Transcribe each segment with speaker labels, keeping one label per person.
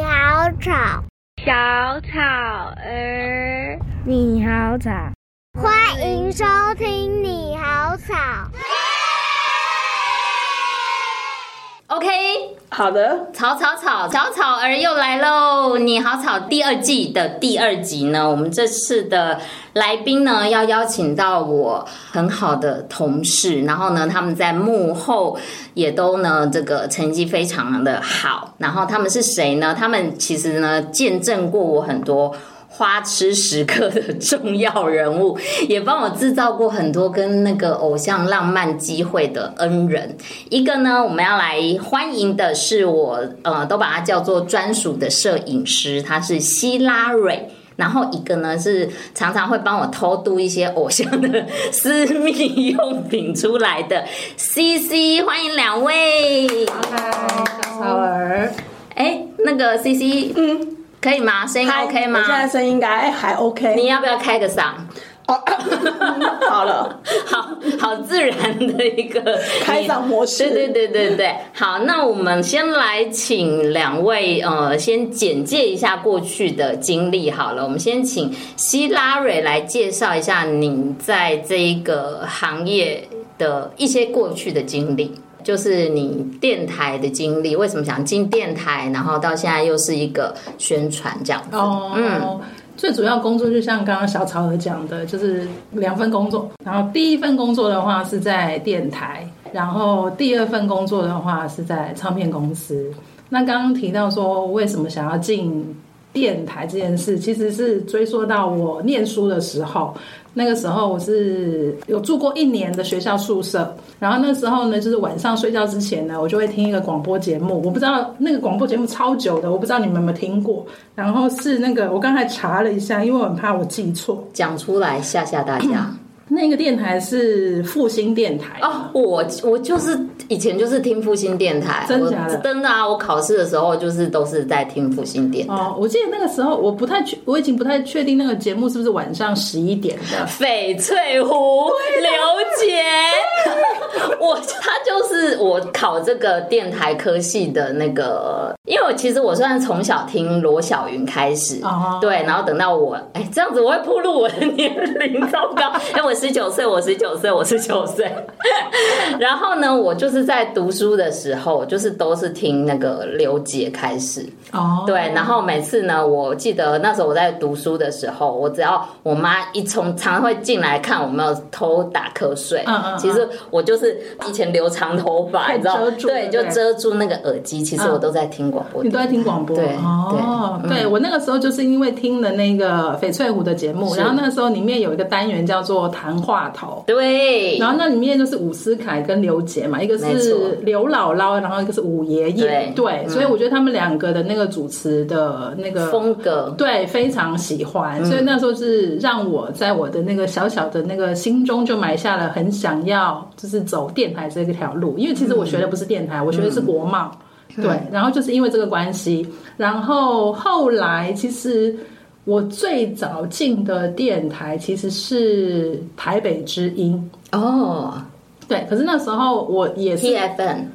Speaker 1: 草，
Speaker 2: 小草儿，
Speaker 3: 你好草，
Speaker 1: 欢迎收听《你好草》。
Speaker 4: OK，
Speaker 5: 好的，
Speaker 4: 草草草草草儿又来喽！你好草第二季的第二集呢，我们这次的来宾呢要邀请到我很好的同事，然后呢他们在幕后也都呢这个成绩非常的好，然后他们是谁呢？他们其实呢见证过我很多。花痴时刻的重要人物，也帮我制造过很多跟那个偶像浪漫机会的恩人。一个呢，我们要来欢迎的是我，呃，都把它叫做专属的摄影师，他是希拉蕊。然后一个呢是常常会帮我偷渡一些偶像的私密用品出来的 C C，欢迎两位。
Speaker 5: 草儿，
Speaker 4: 哎，那个 C C，嗯，可以吗？声音 OK 吗
Speaker 5: 我？现在声音应该还 OK。
Speaker 4: 你要不要开个嗓？
Speaker 5: 哦，好了，
Speaker 4: 好好自然的一个
Speaker 5: 开嗓模式
Speaker 4: 对对对对对，好，那我们先来请两位呃，先简介一下过去的经历好了。我们先请希拉蕊来介绍一下你在这一个行业的一些过去的经历。就是你电台的经历，为什么想进电台，然后到现在又是一个宣传这样子？
Speaker 6: 哦，
Speaker 4: 嗯
Speaker 6: 最主要工作就像刚刚小草儿讲的，就是两份工作。然后第一份工作的话是在电台，然后第二份工作的话是在唱片公司。那刚刚提到说为什么想要进电台这件事，其实是追溯到我念书的时候。那个时候我是有住过一年的学校宿舍，然后那时候呢，就是晚上睡觉之前呢，我就会听一个广播节目。我不知道那个广播节目超久的，我不知道你们有没有听过。然后是那个我刚才查了一下，因为我很怕我记错，
Speaker 4: 讲出来吓吓大家。
Speaker 6: 那个电台是复兴电台
Speaker 4: 哦，我我就是以前就是听复兴电台，
Speaker 6: 真
Speaker 4: 我
Speaker 6: 假的
Speaker 4: 真的啊！我考试的时候就是都是在听复兴电台，
Speaker 6: 哦，我记得那个时候我不太确，我已经不太确定那个节目是不是晚上十一点的。
Speaker 4: 翡翠湖刘姐， 我她就是我考这个电台科系的那个，因为我其实我算是从小听罗小云开始，
Speaker 6: 哦
Speaker 4: 对，然后等到我哎这样子我会暴露我的年龄，糟糕！ 哎，我十九岁，我十九岁，我十九岁。 然后呢，我就是在读书的时候，就是都是听那个刘姐开始，
Speaker 6: 哦，
Speaker 4: 对，然后每次呢，我记得那时候我在读书的时候，我只要我妈一冲，常常会进来看我有没有偷打瞌睡。
Speaker 6: 嗯嗯嗯
Speaker 4: 其实我就是以前留长头 发，
Speaker 6: 可以
Speaker 4: 你知道
Speaker 6: 遮，住
Speaker 4: 对，就
Speaker 6: 对不对嗯
Speaker 4: 遮住那个耳机。其实我都在听广播
Speaker 6: 你
Speaker 4: 电
Speaker 6: 都
Speaker 4: 台。
Speaker 6: 在听广播，
Speaker 4: 对
Speaker 6: 哦，
Speaker 4: 对嗯
Speaker 6: 对我那个时候就是因为听了那个翡翠湖的节目，
Speaker 4: 是
Speaker 6: 然后那个时候里面有一个单元叫做谈话头。
Speaker 4: 对，
Speaker 6: 然后那里面就是伍思凯跟刘杰嘛，一个
Speaker 4: 没错
Speaker 6: 是刘姥姥，然后一个是伍爷
Speaker 4: 对
Speaker 6: 爷，对，
Speaker 4: 嗯
Speaker 6: 所以我觉得他们两个的那个主持的那个
Speaker 4: 风格
Speaker 6: 对，非常喜欢，所以那时候是让我在我的那个小小的那个心中就埋下了很想要就是走电台这个条路，因为其实我学的不是电台，我学的是国贸，对，然后就是因为这个关系，然后后来其实我最早进的电台其实是台北之音，
Speaker 4: 哦
Speaker 6: 对，可是那时候我也是
Speaker 4: ，T F N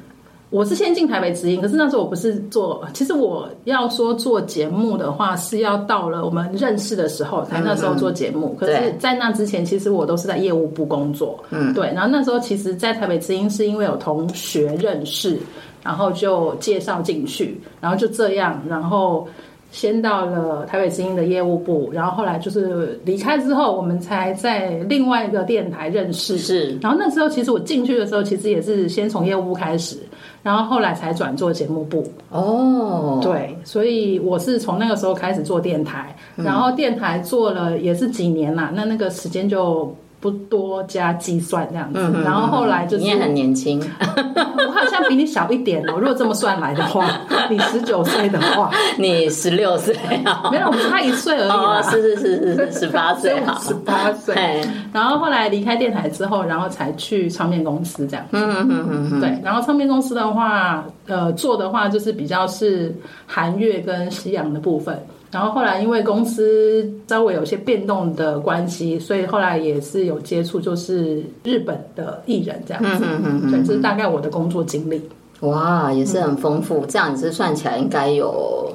Speaker 6: 我是先进台北直营，可是那时候我不是做，其实我要说做节目的话，是要到了我们认识的时候才那时候做节目。可是
Speaker 4: 对，
Speaker 6: 在那之前，其实我都是在业务部工作。嗯，对。然后那时候其实，在台北直营是因为有同学认识，然后就介绍进去，然后就这样，然后先到了台北之音的业务部，然后后来就是离开之后，我们才在另外一个电台认识。
Speaker 4: 是
Speaker 6: 然后那时候其实我进去的时候，其实也是先从业务部开始，然后后来才转做节目部。
Speaker 4: 哦，
Speaker 6: 对，所以我是从那个时候开始做电台，
Speaker 4: 嗯
Speaker 6: 然后电台做了也是几年啦，那那个时间就不多加计算这样子。
Speaker 4: 嗯，嗯
Speaker 6: 然后后来就是
Speaker 4: 你也很年轻，
Speaker 6: 我好像比你小一点哦，如果这么算来的话，你十九岁的话，
Speaker 4: 你十六岁啊，
Speaker 6: 没有，我差一岁而已
Speaker 4: 哦
Speaker 6: 啦，，
Speaker 4: 是是是是是，十八岁好，
Speaker 6: 十八岁。
Speaker 4: 嘿
Speaker 6: 然后后来离开电台之后，然后才去唱片公司这样。
Speaker 4: 嗯嗯嗯嗯嗯，
Speaker 6: 对，然后唱片公司的话，呃，做的话就是比较是韩乐跟西洋的部分。然后后来因为公司稍微有些变动的关系，所以后来也是有接触就是日本的艺人这样子。
Speaker 4: 嗯嗯嗯
Speaker 6: 对，这是大概我的工作经历。
Speaker 4: 哇，也是很丰富，这样子算起来应该有、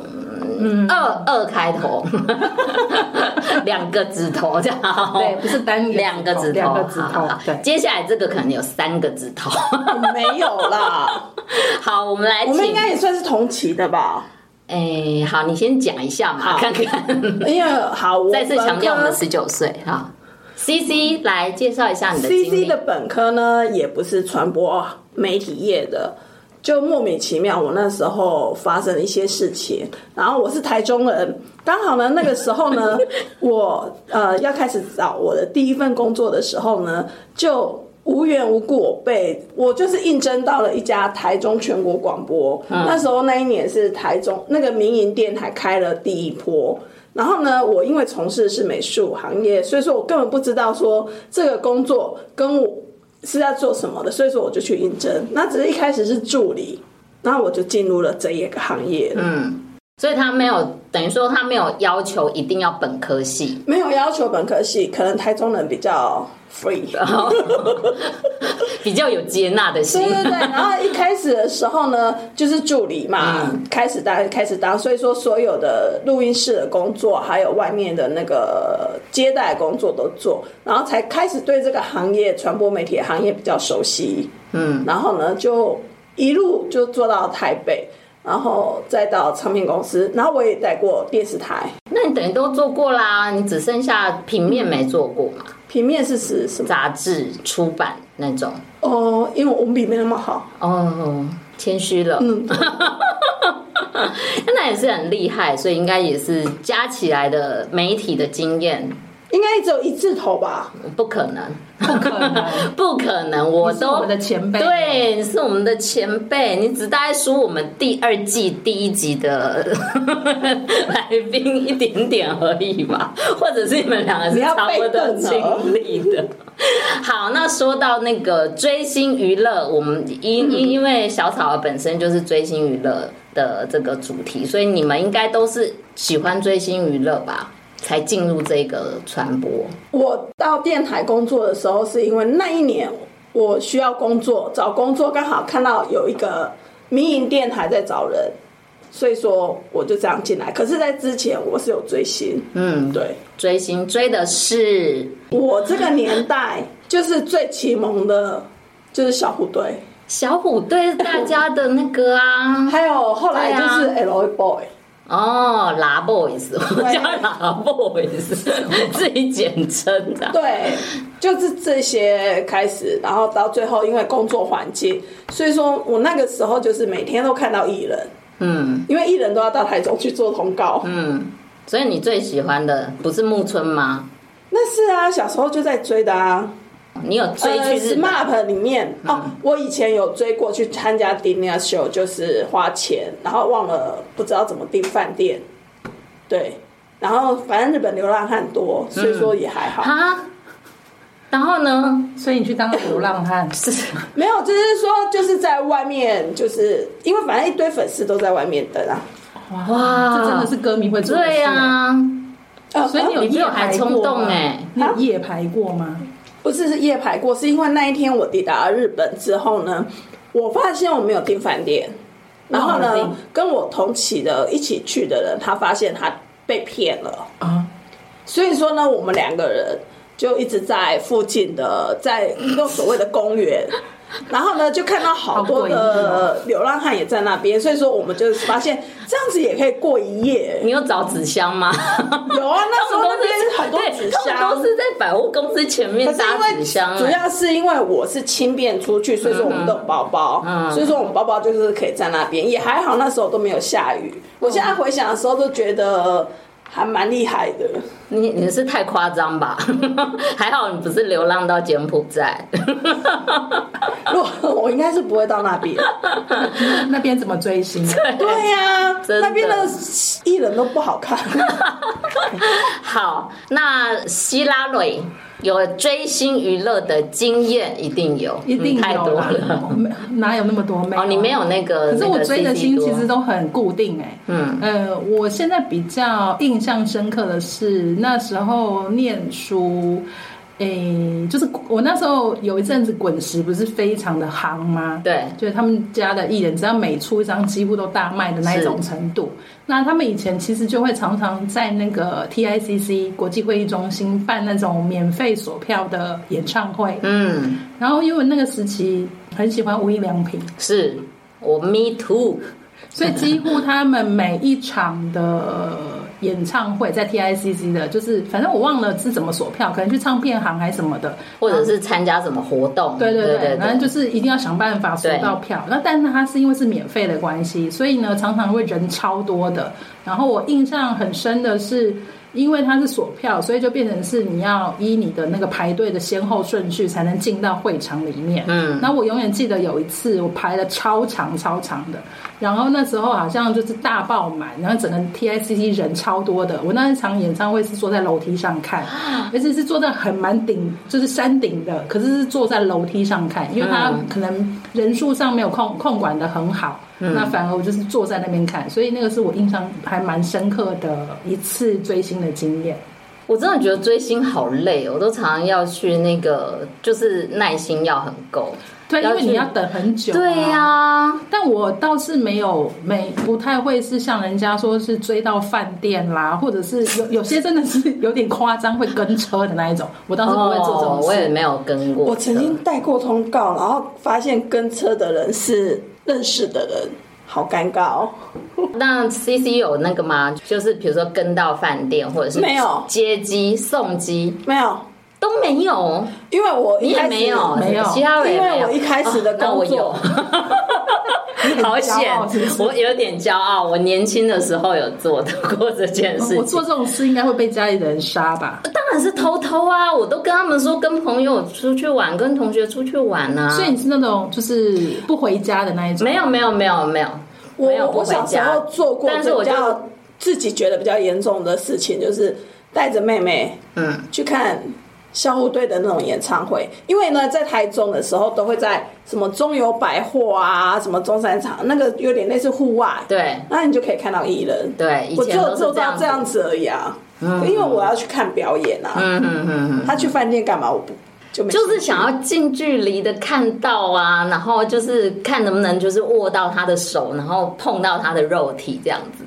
Speaker 4: 嗯嗯，二二开头， 两个指头这样。
Speaker 6: 对，不是单一个
Speaker 4: 两个指头，
Speaker 6: 两个指
Speaker 4: 好
Speaker 6: 头
Speaker 4: 好好，
Speaker 6: 对，
Speaker 4: 接下来这个可能有三个指头。
Speaker 5: 没有啦，
Speaker 4: 好，我们来请，
Speaker 5: 我们应该也算是同期的吧？
Speaker 4: 哎，好，你先讲一下嘛，
Speaker 5: 好
Speaker 4: 看看。
Speaker 5: 因为好，我
Speaker 4: 再次强调，我们
Speaker 5: 本科
Speaker 4: 十九岁哈。C C 来介绍一下你的经
Speaker 5: C C
Speaker 4: 历
Speaker 5: 的。本科呢，也不是传播哦媒体业的，就莫名其妙，我那时候发生了一些事情。然后我是台中人，刚好呢，那个时候 呢，我呃要开始找我的第一份工作的时候呢，就。无缘无故，我被我就是应征到了一家台中全国广播。
Speaker 4: 嗯
Speaker 5: 那时候那一年是台中那个民营电台开了第一波，然后呢，我因为从事的是美术行业，所以说我根本不知道说这个工作跟我是在做什么的，所以说我就去应征。那只是一开始是助理，然后我就进入了这一个行业，
Speaker 4: 嗯，所以他没有等于说他没有要求一定要本科系，
Speaker 5: 没有要求本科系，可能台中人比较 free。
Speaker 4: 比较有接纳的心。
Speaker 5: 对对对，然后一开始的时候呢，就是助理嘛，开始当开始当，所以说所有的录音室的工作，还有外面的那个接待工作都做，然后才开始对这个行业传播媒体的行业比较熟悉。
Speaker 4: 嗯，
Speaker 5: 然后呢，就一路就做到台北，然后再到唱片公司，然后我也待过电视台。
Speaker 4: 那你等于都做过啦，你只剩下平面没做过嘛？
Speaker 5: 平面是指什么？
Speaker 4: 杂志出版那种。
Speaker 5: 哦，因为我文笔没那么好，
Speaker 4: 哦，谦虚了。
Speaker 5: 嗯，
Speaker 4: 那也是很厉害，所以应该也是加起来的媒体的经验，
Speaker 5: 应该只有一字头吧。
Speaker 4: 不可能，
Speaker 6: 不可能，
Speaker 4: 不可能，我
Speaker 6: 你是我
Speaker 4: 都
Speaker 6: 们的前辈，，
Speaker 4: 对，你是我们的前辈，你只大概输我们第二季第一集的 来宾一点点而已吧，或者是你们两个是
Speaker 5: 你要
Speaker 4: 差不多
Speaker 5: 被瞪了
Speaker 4: 经历的。 好，那说到那个追星娱乐，我们因
Speaker 6: 嗯
Speaker 4: 因因为小草儿本身就是追星娱乐的这个主题，所以你们应该都是喜欢追星娱乐吧，才进入这个传播。
Speaker 5: 我到电台工作的时候，是因为那一年我需要工作，找工作刚好看到有一个民营电台在找人，所以说我就这样进来。可是，在之前我是有追星，
Speaker 4: 嗯，
Speaker 5: 对
Speaker 4: 追星追的是
Speaker 5: 我这个年代就是最启蒙的，就是小虎队，
Speaker 4: 小虎队是大家的那个 啊，
Speaker 5: 还有后来就是 L Boy，、
Speaker 4: 哦，拉 boys，我叫拉 boys，自己简称的。
Speaker 5: 对，就是这些开始，然后到最后因为工作环境，所以说我那个时候就是每天都看到艺人，
Speaker 4: 嗯
Speaker 5: 因为艺人都要到台中去做通告，
Speaker 4: 嗯，所以你最喜欢的不是木村吗？
Speaker 5: 那是啊，小时候就在追的啊。
Speaker 4: 你有追
Speaker 5: 呃
Speaker 4: 去日本？
Speaker 5: SMAP 里面
Speaker 6: 嗯
Speaker 5: 哦，我以前有追过去参加 dinner show，就是花钱，然后忘了不知道怎么订饭店，对，然后反正日本流浪汉多，
Speaker 6: 嗯
Speaker 5: 所以说也还好，
Speaker 4: 啊？然后呢？
Speaker 6: 所以你去当流浪汉，
Speaker 4: 是
Speaker 5: 没有，就是说就是在外面，就是因为反正一堆粉丝都在外面等啊，
Speaker 4: 哇，
Speaker 6: 这真的是歌迷会做的事
Speaker 4: 对啊哦呀，
Speaker 5: 呃，
Speaker 6: 所以你有
Speaker 5: 呃
Speaker 4: 比
Speaker 6: 夜
Speaker 4: 我还
Speaker 6: 排过
Speaker 4: 冲动
Speaker 6: 吗
Speaker 4: 欸
Speaker 6: 你有夜排过吗？
Speaker 5: 不是是夜排过，是因为那一天我抵达日本之后呢，我发现我没有订饭店，然后
Speaker 6: 忘
Speaker 5: 呢
Speaker 6: 了订，
Speaker 5: 跟我同起的一起去的人，他发现他被骗了，
Speaker 6: 啊，
Speaker 5: 所以说呢，我们两个人就一直在附近的，在一个所谓的公 园。然后呢，就看到好多
Speaker 6: 好哦
Speaker 5: 的流浪汉也在那边，所以说我们就发现这样子也可以过一夜。
Speaker 4: 你有找纸箱吗？
Speaker 5: 有啊，那时
Speaker 4: 他
Speaker 5: 候
Speaker 4: 们
Speaker 5: 那
Speaker 4: 都
Speaker 5: 边
Speaker 4: 是
Speaker 5: 很多
Speaker 4: 对
Speaker 5: 纸
Speaker 4: 他
Speaker 5: 箱，
Speaker 4: 们都是在百货公司前面
Speaker 5: 可是
Speaker 4: 搭
Speaker 5: 因
Speaker 4: 纸
Speaker 5: 为
Speaker 4: 箱欸。
Speaker 5: 主要是因为我是轻便出去，所以说我们都有包包，
Speaker 4: 嗯
Speaker 5: 所以说我们包包就是可以在那边，也还好，那时候都没有下
Speaker 4: 嗯
Speaker 5: 雨。我现在回想的时候都觉得还蛮厉害的，
Speaker 4: 你你是太夸张吧？ 还好你不是流浪到柬埔寨。 嗯
Speaker 5: 如果我应该是不会到 那边。
Speaker 6: 那边怎么追星？
Speaker 5: 对呀、
Speaker 4: 真的
Speaker 5: 那边的艺人都不 好看。
Speaker 4: 好，那希拉蕊有追星娱乐的经验，一定有，
Speaker 6: 一定
Speaker 4: 嗯太多
Speaker 6: 有啦
Speaker 4: 了。，
Speaker 6: 没 哪有那么多？没啊
Speaker 4: 哦，你没有那个，
Speaker 6: 可是我
Speaker 4: 那个
Speaker 6: 追的
Speaker 4: CC
Speaker 6: 星
Speaker 4: 多
Speaker 6: 其实都很固定哎、
Speaker 4: 嗯
Speaker 6: 呃，我现在比较印象深刻的是那时候念书，诶、就是我那时候有一阵子滚石不是非常的夯吗？
Speaker 4: 对
Speaker 6: 就是他们家的艺人，只要每出一张几乎都大卖的那一种程度。那他们以前其实就会常常在那个 TICC 国际会议中心办那种免费索票的演唱会。
Speaker 4: 嗯，
Speaker 6: 然后因为那个时期很喜欢无印良品，
Speaker 4: 是我 me too，
Speaker 6: 所以几乎他们每一场的演唱会 在 TICC 的，就是反正我忘了是怎么索票，可能去唱片行还是什么的，
Speaker 4: 或者是参加什么活动，
Speaker 6: 对
Speaker 4: 对
Speaker 6: 对对，
Speaker 4: 对，
Speaker 6: 反正就是一定要想办法索到票。那但是它是因为是免费的关系，所以呢常常会人超多的。然后我印象很深的是，因为它是索票，所以就变成是你要依你的那个排队的先后顺序才能进到会场里面。
Speaker 4: 嗯
Speaker 6: 那我永远记得有一次我排了超长超长的，然后那时候好像就是大爆满，然后整个 TICC 人超多的。我那一场演唱会是坐在楼梯上看，而且是坐在很蛮顶，就是山顶的，可是是坐在楼梯上看，因为他
Speaker 4: 嗯
Speaker 6: 可能人数上没有控控管的很好，那反而我就是坐在那边看，所以那个是我印象还蛮深刻的一次追星的经验。
Speaker 4: 我真的觉得追星好累，哦我都常常要去那个，就是耐心要很够。
Speaker 6: 对，因
Speaker 4: 了
Speaker 6: 为
Speaker 4: 解
Speaker 6: 你要等很久、啊
Speaker 4: 对呀、
Speaker 6: 但我倒是没有没不太会是像人家说是追到饭店啦，或者是有有些真的是有点夸张，会跟车的那一种，我倒是不会做这种
Speaker 4: 哦，
Speaker 6: 事。
Speaker 4: 我也没有跟过。
Speaker 5: 我曾经带过通告，然后发现跟车的人是认识的人，好尴尬哦。
Speaker 4: 那 C C 有那个吗？就是比如说跟到饭店，或者是
Speaker 5: 没有
Speaker 4: 接机送机
Speaker 5: 没有，
Speaker 4: 都没有，
Speaker 5: 因为我
Speaker 4: 你
Speaker 5: 一开
Speaker 4: 也
Speaker 5: 始
Speaker 4: 没有，
Speaker 6: 没有
Speaker 4: 其他人也没
Speaker 5: 因为
Speaker 4: 有。
Speaker 5: 我一开始的
Speaker 4: 哦那我
Speaker 5: 工
Speaker 4: 有
Speaker 5: 作，
Speaker 4: 好
Speaker 6: 骄
Speaker 4: 险
Speaker 6: 傲是不！是
Speaker 4: 我有点骄傲，我年轻的时候有做的过这件事
Speaker 6: 嗯
Speaker 5: 哦
Speaker 6: 我
Speaker 4: 情
Speaker 6: 做。这种事应该会被家里的人杀吧？
Speaker 4: 当然是偷偷啊！我都跟他们说，跟朋友出去玩，跟同学出去玩啊。
Speaker 6: 所以你是那种就是不回家的那一种？
Speaker 4: 没有，没有，没有，没有，
Speaker 5: 我
Speaker 4: 没有不
Speaker 5: 我
Speaker 4: 回
Speaker 5: 小时
Speaker 4: 家
Speaker 5: 候做过
Speaker 4: 但是我
Speaker 5: 比
Speaker 4: 就
Speaker 5: 较自己觉得比较严重的事情，就是带着妹妹
Speaker 4: 嗯，
Speaker 5: 去看校护队的那种演唱会，因为呢，在台中的时候都会在什么中友百货啊，什么中山场，那个有点类似户外，
Speaker 4: 对
Speaker 5: 那你就可以看到艺人。
Speaker 4: 对，以
Speaker 5: 我
Speaker 4: 前
Speaker 5: 就
Speaker 4: 都是
Speaker 5: 做
Speaker 4: 这
Speaker 5: 到
Speaker 4: 样
Speaker 5: 这
Speaker 4: 子。
Speaker 5: 样子而已啊，因为我要去看表演啊。
Speaker 4: 嗯嗯嗯嗯，
Speaker 5: 他去饭店干嘛？我不就没
Speaker 4: 就是
Speaker 5: 兴趣
Speaker 4: 想要近距离的看到啊，然后就是看能不能就是握到他的手，然后碰到他的肉体这样子。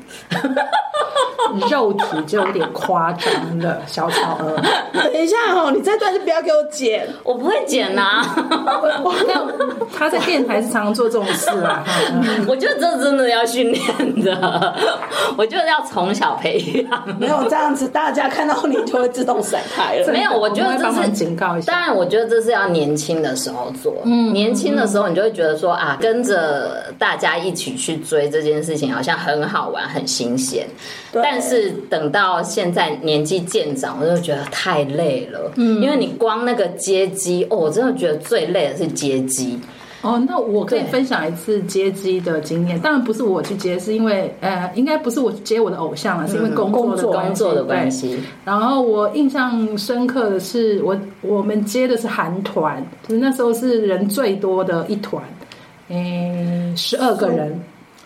Speaker 6: 肉体就有点夸张了，小嗯草儿。
Speaker 5: 等一下哦，你这段就不要给我剪。
Speaker 4: 我不会剪啊呐、
Speaker 6: 但他在电台是常常做这种事啊。嗯
Speaker 4: 我觉得这真的要训练的，我觉得要从小培养。
Speaker 5: 没有这样子，大家看到你就会自动闪开了。
Speaker 4: 没有，我觉得
Speaker 6: 们会
Speaker 4: 这
Speaker 6: 帮忙
Speaker 4: 是
Speaker 6: 警告一下。
Speaker 4: 当然，我觉得这是要年轻的时候做。嗯，年轻的时候你就会觉得说啊，跟着大家一起去追这件事情好像很好玩、很新鲜。
Speaker 5: 对
Speaker 4: 但是等到现在年纪渐长，我就觉得太累了。嗯，因为你光那个接机，哦，我真的觉得最累的是接机。
Speaker 6: 哦，那我可以
Speaker 4: 对
Speaker 6: 分享一次接机的经验，当然不是我去接，是因为呃，应该不是我去接我的偶像啊，是因为工作的关系
Speaker 4: 工作的关。
Speaker 6: 对
Speaker 4: 系，
Speaker 6: 然后我印象深刻的是，我我们接的是韩团，就是那时候是人最多的一团，诶，十二个人，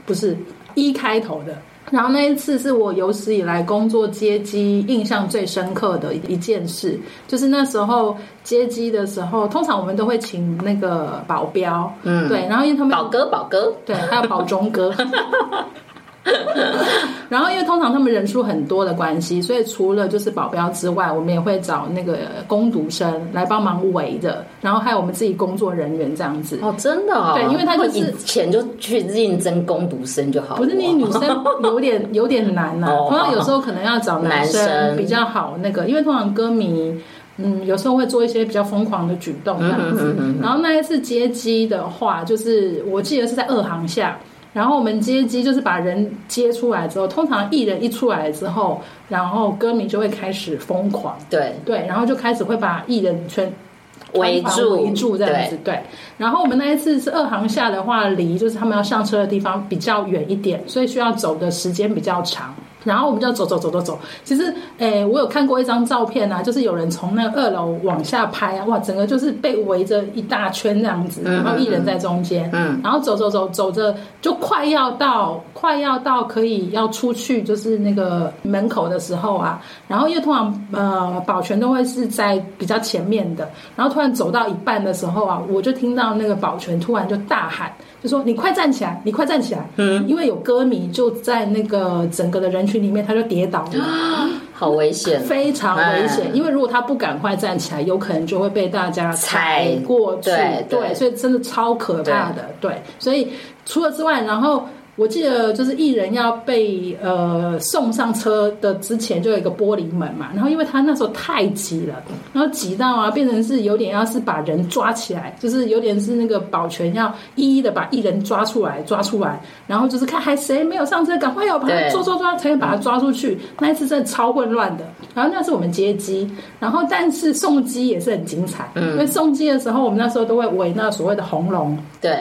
Speaker 6: 不是一开头的。然后那一次是我有史以来工作接机印象最深刻的一件事，就是那时候接机的时候，通常我们都会请那个保镖，
Speaker 4: 嗯
Speaker 6: 对，然后因为他们
Speaker 4: 宝哥，宝哥，
Speaker 6: 对，还有宝中哥。 然后，因为通常他们人数很多的关系，所以除了就是保镖之外，我们也会找那个工读生来帮忙围着，然后还有我们自己工作人员这样子。
Speaker 4: 哦，真的哦，
Speaker 6: 对因为他就是
Speaker 4: 我以前就去应征攻读生就好了。
Speaker 6: 不是你女生有点有点难呐、
Speaker 4: 哦
Speaker 6: 通常有时候可能要找男
Speaker 4: 男生
Speaker 6: 生比较好那个，因为通常歌迷。嗯，有时候会做一些比较疯狂的举动这
Speaker 4: 嗯
Speaker 6: 样子。然后那一次接机的话，就是我记得是在二航下，然后我们接机就是把人接出来之后，通常艺人一出来之后，然后歌迷就会开始疯狂，
Speaker 4: 对
Speaker 6: 对，然后就开始会把艺人全
Speaker 4: 围
Speaker 6: 团
Speaker 4: 住
Speaker 6: 围住这样子
Speaker 4: 对，
Speaker 6: 对。然后我们那一次是二航下的话，离就是他们要上车的地方比较远一点，所以需要走的时间比较长。然后我们就走走走走走。其实，诶，我有看过一张照片啊，就是有人从那二楼往下拍啊，哇，整个就是被围着一大圈这样子，
Speaker 4: 嗯
Speaker 6: 然后一人在中间，
Speaker 4: 嗯
Speaker 6: 然后走走走走着，就快要到快要到可以要出去，就是那个门口的时候啊，然后因为通常呃保全都会是在比较前面的，然后突然走到一半的时候啊，我就听到那个保全突然就大喊，就说你快站起来，你快站起来，嗯，因为有歌迷就在那个整个的人群里面，他就跌倒了，
Speaker 4: 好危险，
Speaker 6: 非常危
Speaker 4: 哎
Speaker 6: 险，因为如果他不赶快站起来，有可能就会被大家踩过去，
Speaker 4: 对对
Speaker 6: 所以真的超可怕的，对，所以除了之外，然后。我记得就是艺人要被呃送上车的之前，就有一个玻璃门嘛。然后因为他那时候太急了，然后急到啊，变成是有点要是把人抓起来，就是有点是那个保全要一一的把艺人抓出来，抓出来，然后就是看还谁没有上车，赶快要把他
Speaker 4: 对
Speaker 6: 抓抓抓，才能把他抓出去。那一次真的超混乱的。然后那是我们接机，然后但是送机也是很精彩，因为送机的时候，我们那时候都会围那所谓的红龙，
Speaker 4: 对，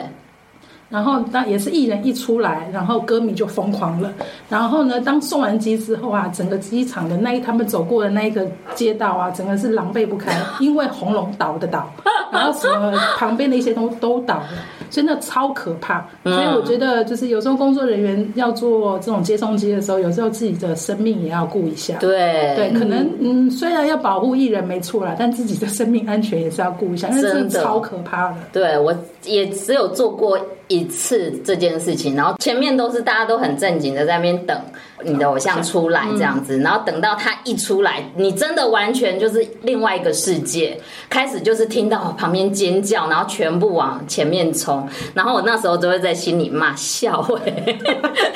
Speaker 6: 然后那也是艺人一出来，然后歌迷就疯狂了。然后呢，当送完机之后啊，整个机场的那一他们走过的那一个街道啊，整个是狼狈不堪，因为红龙倒 的倒，然后什么旁边的一些东西都倒了，所以那超可怕。所以我觉得，就是有时候工作人员要做这种接送机的时候，有时候自己的生命也要顾一下。
Speaker 4: 对
Speaker 6: 对，可能嗯，虽然要保护艺人没错啦，但自己的生命安全也是要顾一下，因为这
Speaker 4: 真的
Speaker 6: 超可怕的。
Speaker 4: 对我也只有做过一次这件事情，然后前面都是大家都很正经的在那边等你的偶像出来这样
Speaker 6: 嗯
Speaker 4: 子，然后等到他一出来，你真的完全就是另外一个世界，开始就是听到旁边尖叫，然后全部往前面冲，然后我那时候都会在心里骂笑哎、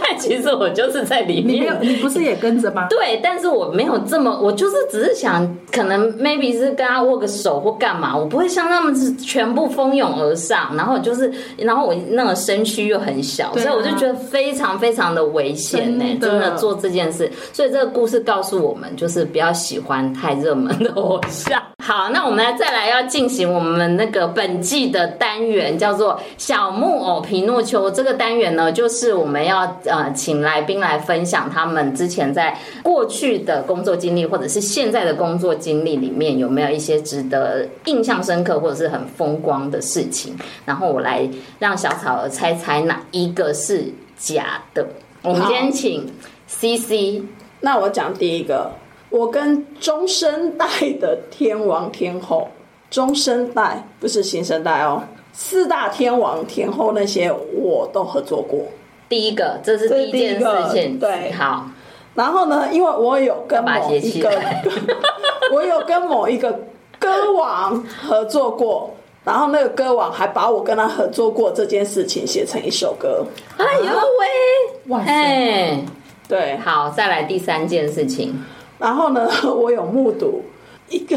Speaker 4: 但其实我就是在里
Speaker 6: 你没
Speaker 4: 面
Speaker 6: 有，你不是也跟着吗？
Speaker 4: 对，但是我没有这么，我就是只是想，可能 maybe 是跟他握个手或干嘛，我不会像他们是全部蜂拥而上，然后就是，然后我那个身躯又很小，
Speaker 6: 对啊
Speaker 4: 所以我就觉得非常非常的危险呢、
Speaker 6: 真的
Speaker 4: 真的做这件事。所以这个故事告诉我们，就是不要喜欢太热门的偶像。好，那我们来再来要进行我们那个本季的单元，叫做“小木偶皮诺丘”。这个单元呢，就是我们要呃请来宾来分享他们之前在过去的工作经历，或者是现在的工作经历里面有没有一些值得印象深刻或者是很风光的事情。然后我来让小草儿猜猜哪一个是假的。我们今天请 C C
Speaker 5: 那我讲第一个，我跟中生代的天王天后，中生代不是新生代哦，四大天王天后那些我都合作过。
Speaker 4: 第一个，这是
Speaker 5: 这是
Speaker 4: 第一件
Speaker 5: 第一个
Speaker 4: 事情。
Speaker 5: 对
Speaker 4: 好，
Speaker 5: 然后呢，因为我有跟
Speaker 4: 把它
Speaker 5: 某
Speaker 4: 写
Speaker 5: 一
Speaker 4: 起
Speaker 5: 个
Speaker 4: 来，
Speaker 5: 我有跟某一个歌王合作过，然后那个歌王还把我跟他合作过这件事情写成一首歌。
Speaker 4: 哎呦喂，
Speaker 6: 哇塞！
Speaker 4: 哎，
Speaker 5: 对，
Speaker 4: 好，再来第三件事情，
Speaker 5: 然后呢，我有目睹一个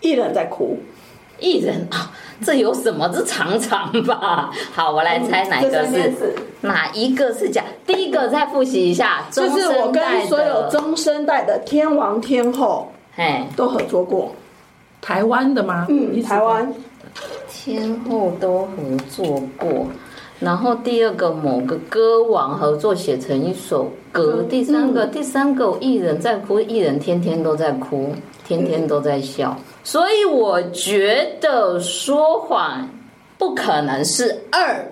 Speaker 5: 艺人在哭，
Speaker 4: 艺人啊，这有什么？这常常吧。好，我来猜哪一
Speaker 5: 嗯这
Speaker 4: 个
Speaker 5: 三件
Speaker 4: 是
Speaker 5: 事
Speaker 4: 哪一个是假？第一个再复习一下，
Speaker 5: 就
Speaker 4: 中
Speaker 5: 是我
Speaker 4: 生代
Speaker 5: 跟所有
Speaker 4: 的，
Speaker 5: 中生代的天王天后
Speaker 4: 哎，
Speaker 5: 都合作过。
Speaker 6: 台湾的吗？
Speaker 5: 嗯，
Speaker 6: 一直
Speaker 5: 台湾
Speaker 4: 天后都合作过。然后第二个某个歌王合作写成一首歌，第三
Speaker 5: 嗯
Speaker 4: 个、第三个艺人在哭，艺人天天都在哭，天天都在笑，所以我觉得说谎不可能是二，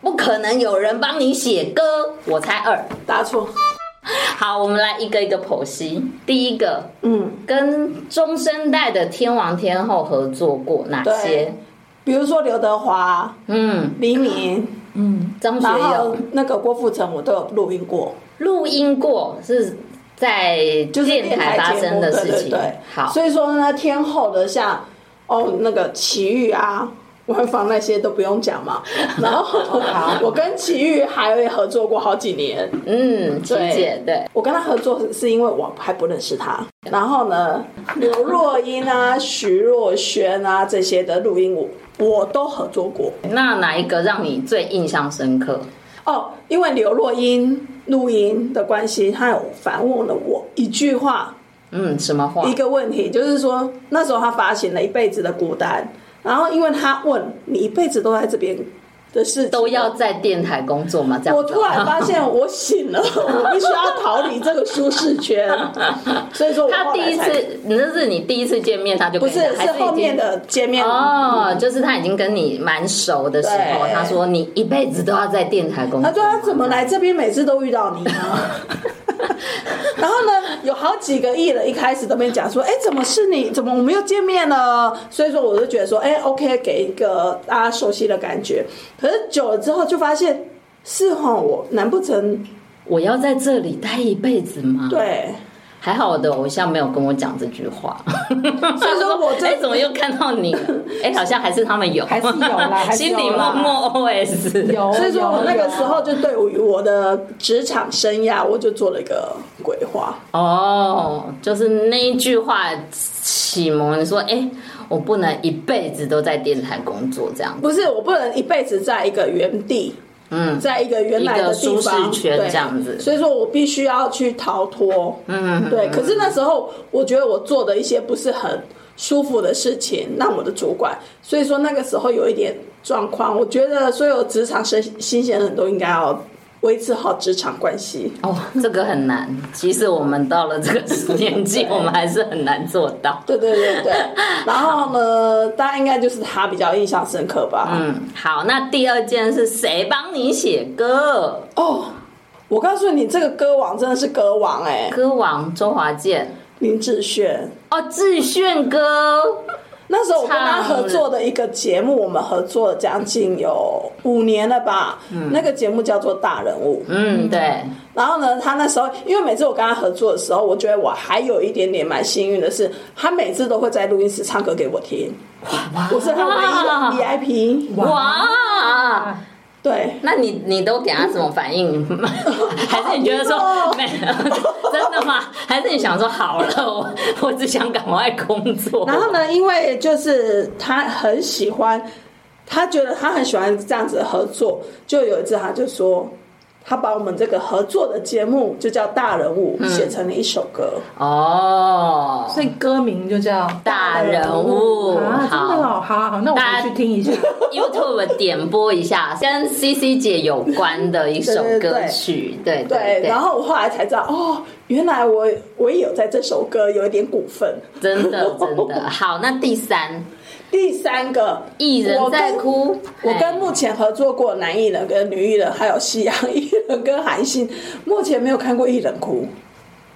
Speaker 4: 不可能有人帮你写歌，我猜二。
Speaker 5: 答错。
Speaker 4: 好，我们来一个一个剖析。第一个，
Speaker 5: 嗯，
Speaker 4: 跟中生代的天王天后合作过哪些
Speaker 5: 对？比如说刘德华、
Speaker 4: 嗯，
Speaker 5: 黎明，
Speaker 4: 张学
Speaker 5: 然后
Speaker 4: 友。
Speaker 5: 那个郭富城，我都有录音过。
Speaker 4: 录音过是在
Speaker 5: 就是
Speaker 4: 电台发
Speaker 5: 节
Speaker 4: 生
Speaker 5: 目，
Speaker 4: 的事情。
Speaker 5: 对对对，
Speaker 4: 好，
Speaker 5: 所以说呢，天后的像哦那个齐豫啊。官方那些都不用 讲嘛，然后我跟齐豫还合作过好几年，
Speaker 4: 嗯，琪
Speaker 5: 对
Speaker 4: 姐对，
Speaker 5: 我跟他合作是因为我还不认识他，然后呢，刘若英啊、 徐若瑄啊这些的录音我我都合作过
Speaker 4: 那哪一个让你最印象深刻？
Speaker 5: 哦，因为刘若英录音的关系，他有反问了我一句话，
Speaker 4: 嗯，什么话
Speaker 5: 一？个问题，就是说那时候他发行了一辈子的孤单，然后因为他问你一辈子都在这边的事情
Speaker 4: 都要在电台工作嘛？这样
Speaker 5: 我
Speaker 4: 子
Speaker 5: 突然发 现我醒了，我必须要逃离这个舒适圈。所以说我
Speaker 4: 他
Speaker 5: 后
Speaker 4: 第
Speaker 5: 来
Speaker 4: 一
Speaker 5: 才
Speaker 4: 次，你那是你第一次见面，他就
Speaker 5: 不
Speaker 4: 跟你
Speaker 5: 是
Speaker 4: 讲还
Speaker 5: 是
Speaker 4: 已经
Speaker 5: 后面的见面，
Speaker 4: 哦，就是他已经跟你蛮熟的时候，
Speaker 5: 对
Speaker 4: 他说你一辈子都要在电台工
Speaker 5: 他
Speaker 4: 作。
Speaker 5: 说他怎么来这边每次都 遇到你呢？然后呢，有好几个艺人一开始都没讲说，哎，怎么是你？怎么我们又见面了？所以说，我就觉得说，哎，OK，给一个大家熟悉的感觉。可是久了之后，就发现是哈，我难不成
Speaker 4: 我要在这里待一辈子吗？，
Speaker 5: 对？
Speaker 4: 还好我的偶像没有跟我讲这句 话。
Speaker 5: 所以说我这
Speaker 4: 哎，怎么又看到你了？哎，好像还是他们有，
Speaker 6: 还是有 啦还是
Speaker 4: 心
Speaker 6: 有啦
Speaker 4: 里默默 OS。
Speaker 6: 有，
Speaker 5: 所以说我那个
Speaker 6: 有
Speaker 5: 时候就对我的职场生涯，我就做了一个规划。
Speaker 4: 哦，就是那一句话启蒙你说，哎，我不能一辈子都在电台工作这样。
Speaker 5: 不是，我不能一辈子在一个原地，
Speaker 4: 嗯，
Speaker 5: 在一个原来的地
Speaker 4: 一
Speaker 5: 方，
Speaker 4: 个舒适圈
Speaker 5: 对
Speaker 4: 这样子
Speaker 5: 所以说我必须要去逃脱，
Speaker 4: 嗯，
Speaker 5: 对。可是那时候我觉得我做的一些不是很舒服的事情，让我的主管，所以说那个时候有一点状况。我觉得所有职场新新鲜人都应该要维持好职场关 系。
Speaker 4: 哦，这个很难。其实我们到了这个年纪，我们还是很难做到。
Speaker 5: 对对对对，然后呢，大家应该就是他比较印象深刻吧。
Speaker 4: 嗯，好，那第二件是谁帮你写歌？
Speaker 5: 哦，我告诉你，这个歌王真的是歌王哎、
Speaker 4: 歌王周华健
Speaker 5: 林志炫。
Speaker 4: 哦，志炫哥，
Speaker 5: 那时候我跟他合作的一个节目，我们合作将近有五年了吧。那个节目叫做《大人物》。
Speaker 4: 嗯，对，
Speaker 5: 然后呢，他那时候，因为每次我跟他合作的时候，我觉得我还有一点点蛮幸运的是，他每次都会在录音室唱歌给我听，我是他
Speaker 4: 哇
Speaker 5: 唯一的 VIP。
Speaker 4: 哇，
Speaker 6: 啊
Speaker 5: 对，
Speaker 4: 那你你都给他什么反应？ 还是你觉得说
Speaker 5: 好
Speaker 4: 没 有？真的吗？还是你想说好了， 我我只想赶快工作。
Speaker 5: 然后呢，因为就是他很喜欢，他觉得他很喜欢这样子的合作，就有一次他就说。他把我们这个合作的节目就叫《大人物》
Speaker 4: 嗯
Speaker 5: 写成了一首歌，
Speaker 4: 哦，
Speaker 6: 所以歌名就叫
Speaker 4: 大人物，
Speaker 6: 啊，真的
Speaker 4: 好
Speaker 6: 哦，好好好，那我
Speaker 4: 大家
Speaker 6: 回去听一下。
Speaker 4: YouTube 点播一下，跟 CC 姐有关的一首歌曲，对
Speaker 5: 对。
Speaker 4: 对，
Speaker 5: 然后我后来才知道，哦，原来我我也有在这首歌有一点股份。
Speaker 4: 真的真的好。那第三，
Speaker 5: 第三个
Speaker 4: 艺人在哭，
Speaker 5: 我跟
Speaker 4: 哎
Speaker 5: 目前合作过男艺人、跟女艺人，还有西洋艺人跟韩星，目前没有看过艺人哭。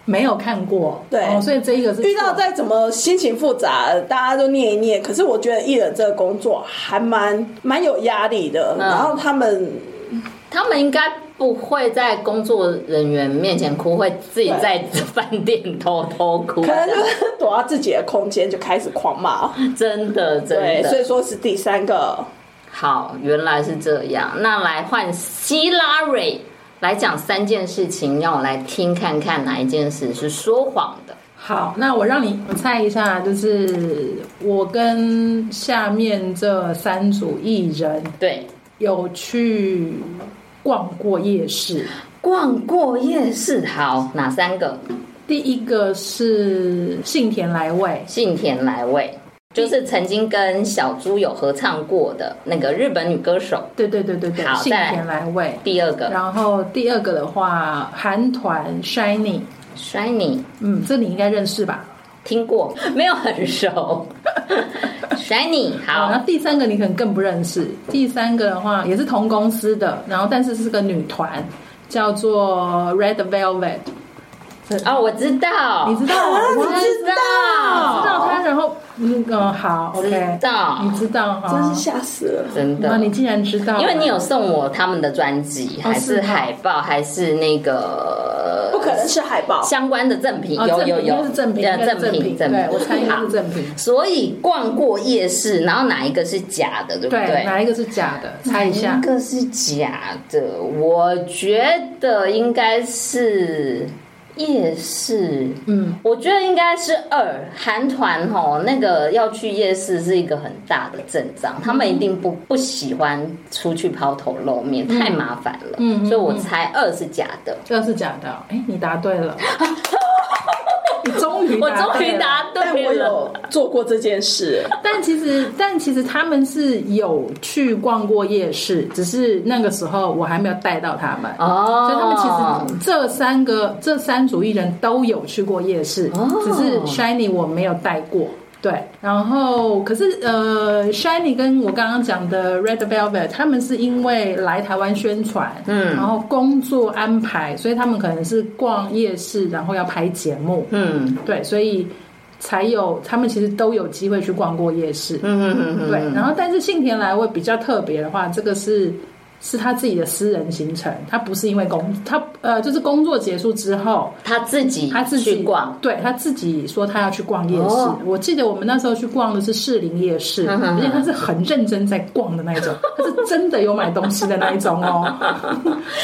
Speaker 6: 没有看过，
Speaker 5: 对
Speaker 6: 哦，所以这一个是
Speaker 5: 遇到再怎么心情复杂，大家都念一念。可是我觉得艺人这个工作还蛮蛮有压力的，
Speaker 4: 嗯
Speaker 5: 然后他们
Speaker 4: 他们应该不会在工作人员面前哭，会自己在饭店偷偷哭
Speaker 5: 可，能就是 躲到自己的空间就开始狂骂。
Speaker 4: 真的真
Speaker 5: 对，所
Speaker 4: 的哦
Speaker 5: 以说是第三个。
Speaker 4: 好，原来是这样。那来换希拉蕊来讲三件事情，让我来听看看哪一件事是说谎的。
Speaker 6: 好，那我让你猜一下，就是我跟下面这三组艺人
Speaker 4: 对，
Speaker 6: 有去逛过夜市。
Speaker 4: 逛过夜市，好，哪三个？
Speaker 6: 第一个是幸田来未，
Speaker 4: 幸田来未，就是曾经跟小猪有合唱过的那个日本女歌手。
Speaker 6: 对对对对对，
Speaker 4: 好
Speaker 6: 幸
Speaker 4: 再来
Speaker 6: 田来未。
Speaker 4: 第二个
Speaker 6: 然后第二个的话，韩团 Shiny，
Speaker 4: ，Shiny，
Speaker 6: 嗯，这你应该认识吧？
Speaker 4: 听过， 没有很 熟。Shiny，
Speaker 6: 好，哦那
Speaker 4: 好，
Speaker 6: 第三个你可能更不认识。第三个的话也是同公司的，然后但是是个女团，叫做 Red Velvet。
Speaker 4: 哦，我知道，
Speaker 6: 你知道吗？
Speaker 4: 我
Speaker 6: 我
Speaker 4: 知道，
Speaker 6: 知道她，然后嗯嗯，好，OK，
Speaker 4: 知道
Speaker 6: 你知道哈？
Speaker 5: 真是吓死了！
Speaker 4: 真
Speaker 6: 啊，
Speaker 4: 的。
Speaker 6: 你竟然知道，
Speaker 4: 因为你有送我他们的专辑，还是
Speaker 6: 哦是吗
Speaker 4: 海报，还是那个
Speaker 5: 不可能是海报，
Speaker 4: 相关的赠品，
Speaker 6: 哦
Speaker 4: 有
Speaker 6: 赠品
Speaker 4: 有
Speaker 6: 应
Speaker 4: 有
Speaker 6: 该是赠品，
Speaker 4: 对
Speaker 6: 应该是
Speaker 4: 赠品，赠品
Speaker 6: 对，我猜应该
Speaker 4: 好
Speaker 6: 是赠品。
Speaker 4: 所以逛过夜市，然后哪一个是假的，对不
Speaker 6: 对，
Speaker 4: 对？
Speaker 6: 哪一个是假的？猜一下
Speaker 4: 哪一，个是假的？我觉得应该是夜市。
Speaker 6: 嗯，
Speaker 4: 我觉得应该是二韩团吼，那个要去夜市是一个很大的阵仗，他们一定不不喜欢出去抛头露面，太麻烦了。
Speaker 6: 嗯嗯
Speaker 4: 所以我猜二是假的。
Speaker 6: 哦 这个是假的。哎，你答对了，你终于
Speaker 4: 我
Speaker 6: 答
Speaker 4: 终于
Speaker 6: 对了
Speaker 4: 答对
Speaker 5: 但我
Speaker 4: 了。
Speaker 5: 有做过这件事，
Speaker 6: 但其实，但其实他们是有去逛过夜市，只是那个时候我还没有带到他们。
Speaker 4: 哦，
Speaker 6: 所以他们其实这三个这三组艺人都有去过夜市，
Speaker 4: 哦
Speaker 6: 只是 Shiny 我没有带过。对，然后可是呃，Shiny 跟我刚刚讲的 Red Velvet，他们是因为来台湾宣传，
Speaker 4: 嗯
Speaker 6: 然后工作安排，所以他们可能是逛夜市，然后要拍节目，
Speaker 4: 嗯
Speaker 6: 对，所以才有他们其实都有机会去逛过夜市，
Speaker 4: 嗯嗯嗯嗯，
Speaker 6: 对，然后但是幸田来未比较特别的话，这个是是他自己的私人行程，他不是因为工他呃就是工作结束之后，
Speaker 4: 他自己
Speaker 6: 他自己
Speaker 4: 去逛，，
Speaker 6: 对他自己说他要去逛夜市。
Speaker 4: 哦
Speaker 6: 我记得我们那时候去逛的是士林夜市，
Speaker 4: 嗯哼
Speaker 6: 而且他是很认真在逛的那一种，他是真的有买东西的那一 种哦。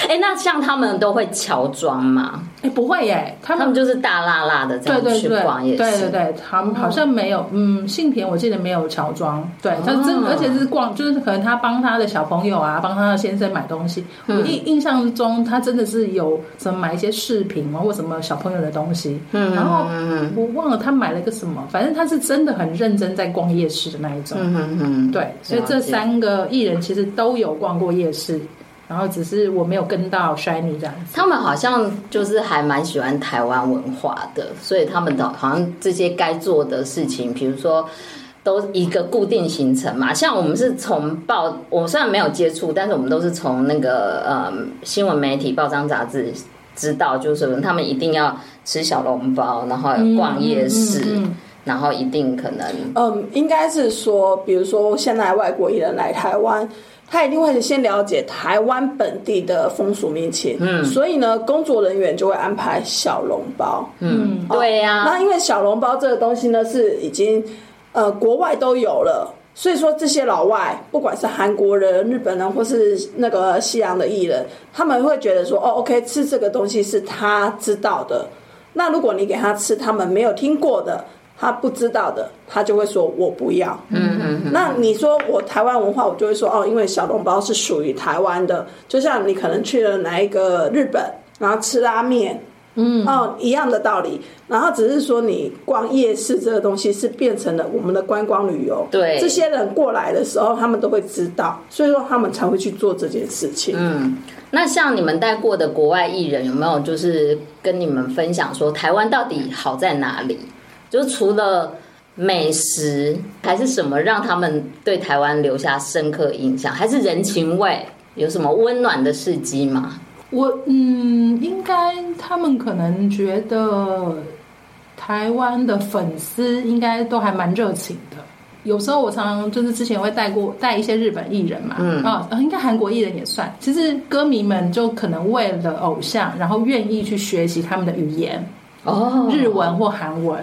Speaker 4: 哎，那像他们都会乔装嘛，
Speaker 6: 哎，不会耶，他
Speaker 4: 他
Speaker 6: 们
Speaker 4: 们就是大辣辣的这
Speaker 6: 对
Speaker 4: 样
Speaker 6: 对
Speaker 4: 去
Speaker 6: 对，
Speaker 4: 逛哦夜市，
Speaker 6: 对对对，他们好像没有，嗯，幸田我记得没有乔装，对，他
Speaker 4: 哦
Speaker 6: 真的，而且是逛，就是可能他帮他的小朋友啊，帮他的先生买东西。我
Speaker 4: 嗯
Speaker 6: 印印象中，他真的是有什么买一些饰品啊，或什么小朋友的东西，嗯，然后我忘了他买了个什么，反正他是真的很认真在逛夜市的那一种，
Speaker 4: 嗯嗯嗯，
Speaker 6: 对，所以这
Speaker 4: 了解
Speaker 6: 三个艺人其实都有逛过夜市，然后只是我没有跟到 Shiny 这样子。
Speaker 4: 他们好像就是还蛮喜欢台湾文化的，所以他们的好像这些该做的事情，比如说。都一个固定行程嘛，像我们是从报，我虽然没有接触，但是我们都是从那个呃新闻媒体、报章、杂志知道，就是他们一定要吃小笼包，然后逛夜市，
Speaker 6: 嗯嗯嗯
Speaker 4: 然后一定可能
Speaker 5: 嗯，应该是说，比如说现在外国艺人来台湾，他一定会先了解台湾本地的风俗民情，嗯，所以呢，工作人员就会安排小笼包，
Speaker 4: 嗯，对呀、
Speaker 5: 那因为小笼包这个东西呢，是已经呃国外都有了。所以说，这些老外，不管是韩国人、日本人，或是那个西洋的艺人，他们会觉得说，哦，OK，吃这个东西是他知道的。那如果你给他吃他们没有听过的，他不知道的，他就会说我不要。嗯嗯。那你说我台湾文化，我就会说哦，因为小笼包是属于台湾的，就像你可能去了哪一个日本，然后吃拉面，嗯，哦，一样的道理。然后只是说你逛夜市这个东西是变成了我们的观光旅游，
Speaker 4: 对
Speaker 5: 这些人过来的时候，他们都会知道，所以说他们才会去做这件事情。
Speaker 4: 嗯，那像你们带过的国外艺人，有没有就是跟你们分享说台湾到底好在哪里？就是除了美食，还是什么让他们对台湾留下深刻印象？还是人情味？有什么温暖的事迹吗？
Speaker 6: 我嗯，应该他们可能觉得台湾的粉丝应该都还蛮热情的。有时候我常常就是之前会带过带一些日本艺人嘛，
Speaker 4: 嗯
Speaker 6: 啊、应该韩国艺人也算。其实歌迷们就可能为了偶像，然后愿意去学习他们的语言，
Speaker 4: 哦，
Speaker 6: 日文或韩文。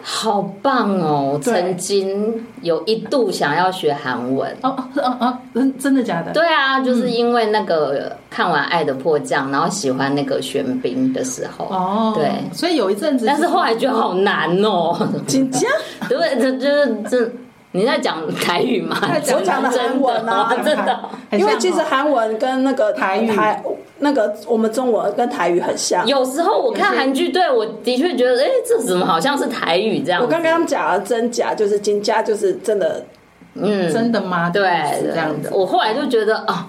Speaker 4: 好棒哦！
Speaker 6: 对
Speaker 4: 曾经有一度想要学韩文。
Speaker 6: 哦哦哦哦，真真的假的？
Speaker 4: 对啊，就是因为那个看完《爱的迫降》，然后喜欢那个玄彬的时候，
Speaker 6: 哦，
Speaker 4: 对，
Speaker 6: 所以有一阵子，
Speaker 4: 但是后来觉得好难哦、
Speaker 5: 紧张，
Speaker 4: 对，这就是这你在讲台语吗？
Speaker 5: 我讲的韩文啊
Speaker 4: 真的。
Speaker 6: 很
Speaker 5: 因
Speaker 6: 像
Speaker 5: 为其实
Speaker 6: 哦
Speaker 5: 韩文跟那个
Speaker 6: 台语
Speaker 5: 台那个我们中文跟台语很像。
Speaker 4: 有时候我看韩剧，对我的确觉得，哎、这怎么好像是台语这样子？
Speaker 5: 我刚刚讲的真假就是金家，就是真的
Speaker 4: 嗯，
Speaker 6: 真的吗？
Speaker 4: 对
Speaker 6: 是这样子。
Speaker 4: 我后来就觉得哦，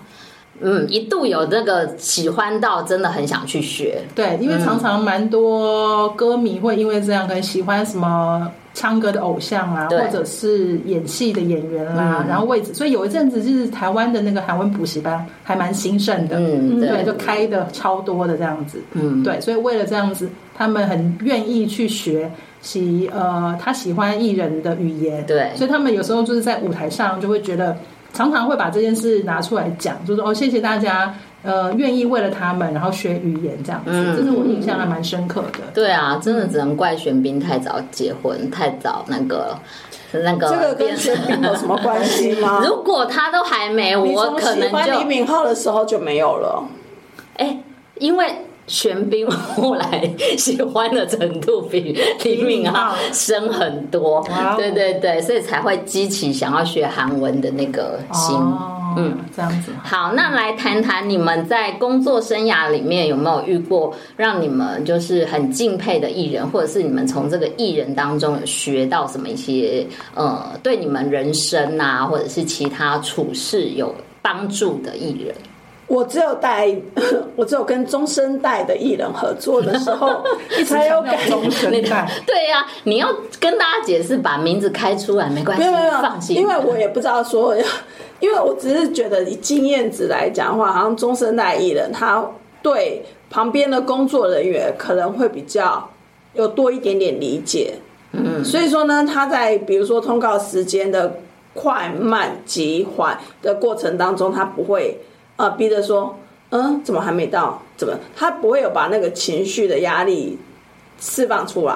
Speaker 4: 嗯，一度有这个喜欢到真的很想去学。
Speaker 6: 对，因为常常蛮多歌迷会因为这样，可能喜欢什么唱歌的偶像啊，
Speaker 4: 对
Speaker 6: 或者是演戏的演员啦、
Speaker 4: 嗯
Speaker 6: 然后位置，所以有一阵子就是台湾的那个韩文补习班还蛮兴盛的，
Speaker 4: 嗯对
Speaker 6: 对，就开的超多的这样子，
Speaker 4: 嗯，
Speaker 6: 对，所以为了这样子，他们很愿意去学习呃他喜欢艺人的语言，
Speaker 4: 对
Speaker 6: 所以他们有时候就是在舞台上就会觉得，常常会把这件事拿出来讲，就说哦谢谢大家，呃愿意为了他们然后学语言这样子，
Speaker 4: 嗯
Speaker 6: 这是我印象还蛮深刻的。
Speaker 4: 对啊，真的只能怪玄彬太早结婚，太早那个那个
Speaker 5: 这个跟
Speaker 4: 变
Speaker 5: 玄彬有什么关系吗？
Speaker 4: 如果他都还没，
Speaker 5: 你
Speaker 4: 我
Speaker 5: 从
Speaker 4: 可
Speaker 5: 喜
Speaker 4: 能
Speaker 5: 欢
Speaker 4: 就
Speaker 5: 李敏镐的时候就没有了，
Speaker 4: 哎，因为玄彬 后来喜欢的程度比李敏镐深很多
Speaker 6: 哇哦，
Speaker 4: 对对对，所以才会激起想要学韩文的那个心。
Speaker 6: 哦，
Speaker 4: 嗯，
Speaker 6: 这样子。
Speaker 4: 好，那来谈谈你们在工作生涯里面有没有遇过让你们就是很敬佩的艺人，或者是你们从这个艺人当中有学到什么一些呃，对你们人生啊，或者是其他处事有帮助的艺人？
Speaker 5: 我只有带， 我只有跟中生代的艺人合作的 时候，你 才有感
Speaker 6: 那种中生代，
Speaker 4: 对呀、你要跟大家解释，把名字开出来没关系
Speaker 5: 没有没有，没，
Speaker 4: 放
Speaker 5: 有，
Speaker 4: 心，
Speaker 5: 因为我也不知道说， 因为我只是觉得以经验值来讲的话，好像中生代艺人他对旁边的工作人员可能会比较有多一点点理解。嗯，所以说呢，他在比如说通告时间的快慢急缓的过程当中，他不会呃逼着说，嗯，怎么还没到？怎么？他不会有把那个情绪的压力释放出来。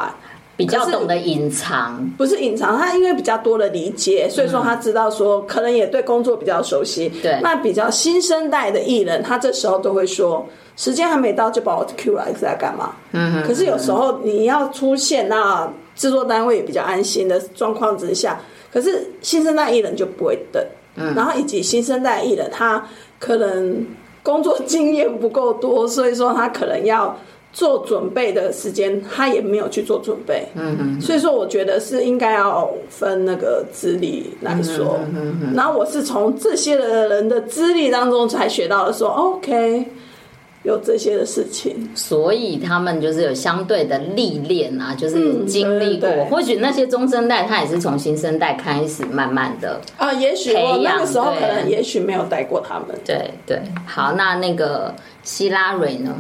Speaker 4: 比较
Speaker 5: 可是
Speaker 4: 懂得隐藏。
Speaker 5: 不是隐藏，他因为比较多的理解，所以说他知道说，可能也对工作比较熟悉。
Speaker 4: 对
Speaker 5: 那比较新生代的艺人，他这时候都会说，时间还没到就把我 Q 来是在干嘛？嗯。可是有时候你要出现那制作单位也比较安心的状况之下，可是新生代艺人就不会等。嗯。然后以及新生代艺人，他可能工作经验不够多，所以说他可能要。做准备的时间，他也没有去做准备。嗯嗯，所以说我觉得是应该要分那个资历来说。嗯嗯，然后我是从这些的人的资历当中才学到的说，OK，有这些的事情。
Speaker 4: 所以他们就是有相对的历练啊，就是
Speaker 5: 嗯
Speaker 4: 经历过。
Speaker 5: 对对对
Speaker 4: 或许那些中生代，他也是从新生代开始慢慢的。
Speaker 5: 啊，也许
Speaker 4: 培
Speaker 5: 我
Speaker 4: 养
Speaker 5: 那个时候
Speaker 4: 对
Speaker 5: 可能也许没有带过他们。
Speaker 4: 对对，好，那那个希拉蕊呢？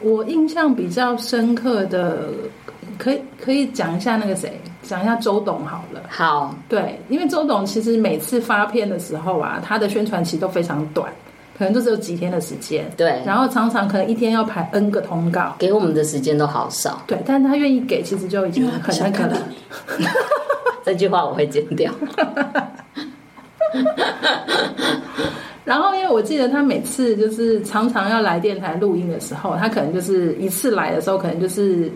Speaker 6: 我印象比较深刻的，可以可以讲一下那个谁，讲一下周董好了。
Speaker 4: 好，
Speaker 6: 对，因为周董其实每次发片的时候啊，他的宣传期都非常短，可能就只有几天的时间。
Speaker 4: 对
Speaker 6: 然后常常可能一天要排 N 个通告。
Speaker 4: 给我们的时间都好少，
Speaker 6: 对，但是他愿意给，其实就已经很很可能。
Speaker 4: 这句话我会剪掉。
Speaker 6: 然后，因为我记得他每次就是常常要来电台录音的时候，他可能就是一次来的时候，可能就是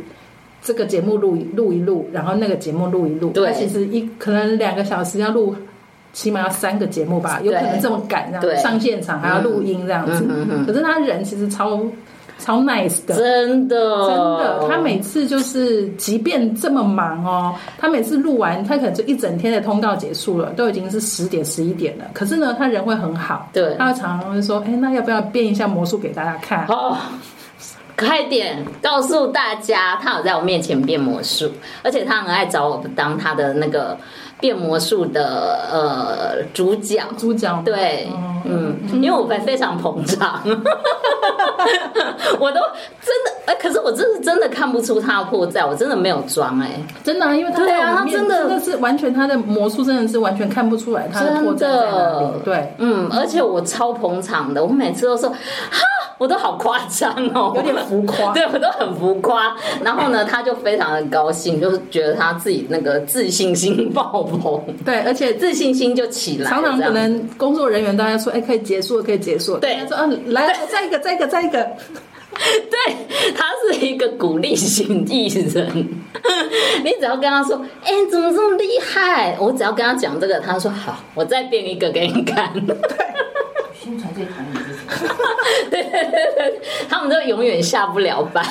Speaker 6: 这个节目录一录一录，然后那个节目录一录。
Speaker 4: 对
Speaker 6: 他其实一可能两个小时要录，起码要三个节目吧，有可能这么赶，这
Speaker 4: 对嗯
Speaker 6: 样上现场还要录音这样子。可是他人其实超超 nice 的，
Speaker 4: 真的，
Speaker 6: 真的，他每次就是，即便这么忙哦，他每次录完，他可能就一整天的通告结束了，都已经是十点十一点了。可是呢，他人会很好，
Speaker 4: 对
Speaker 6: 他会常常会说，哎，那要不要变一下魔术给大家看？
Speaker 4: 哦，快点告诉大家，他有在我面前变魔术，而且他很爱找我当他的那个变魔术的呃主角。
Speaker 6: 主角嘛
Speaker 4: 对
Speaker 6: 哦，
Speaker 4: 嗯，因为我非非常膨 胀，我都真的，哎、可是我真是真的看不出他的破绽，我真的没有装哎、
Speaker 6: 真的、啊，因为他
Speaker 4: 对啊
Speaker 6: 在我
Speaker 4: 他
Speaker 6: 们面
Speaker 4: 真的
Speaker 6: 真的是完全他的魔术真的是完全看不出来他的破
Speaker 4: 真
Speaker 6: 绽在哪
Speaker 4: 的
Speaker 6: 里，，对。
Speaker 4: 嗯，而且我超捧场的，我每次都说哈，我都好夸张哦，
Speaker 6: 有点浮夸
Speaker 4: 对我都很浮夸。然后呢，他就非常的高兴，就是觉得他自己那个自信心爆棚，
Speaker 6: 对，而且
Speaker 4: 自信心就起来了，
Speaker 6: 常常
Speaker 4: 这样
Speaker 6: 可能工作人员大家说，哎，可以结束了，可以结束了。
Speaker 4: 对
Speaker 6: 他说，啊，来，再一个，再一个，再一个。
Speaker 4: 对，他是一个鼓励型艺人。你只要跟他说：“哎、你怎么这么厉害？”我只要跟他讲这个，他说：“好，我再变一个给你看。”
Speaker 3: 宣传最讨厌就是这种。
Speaker 4: 对对对对，他们都永远下不了班。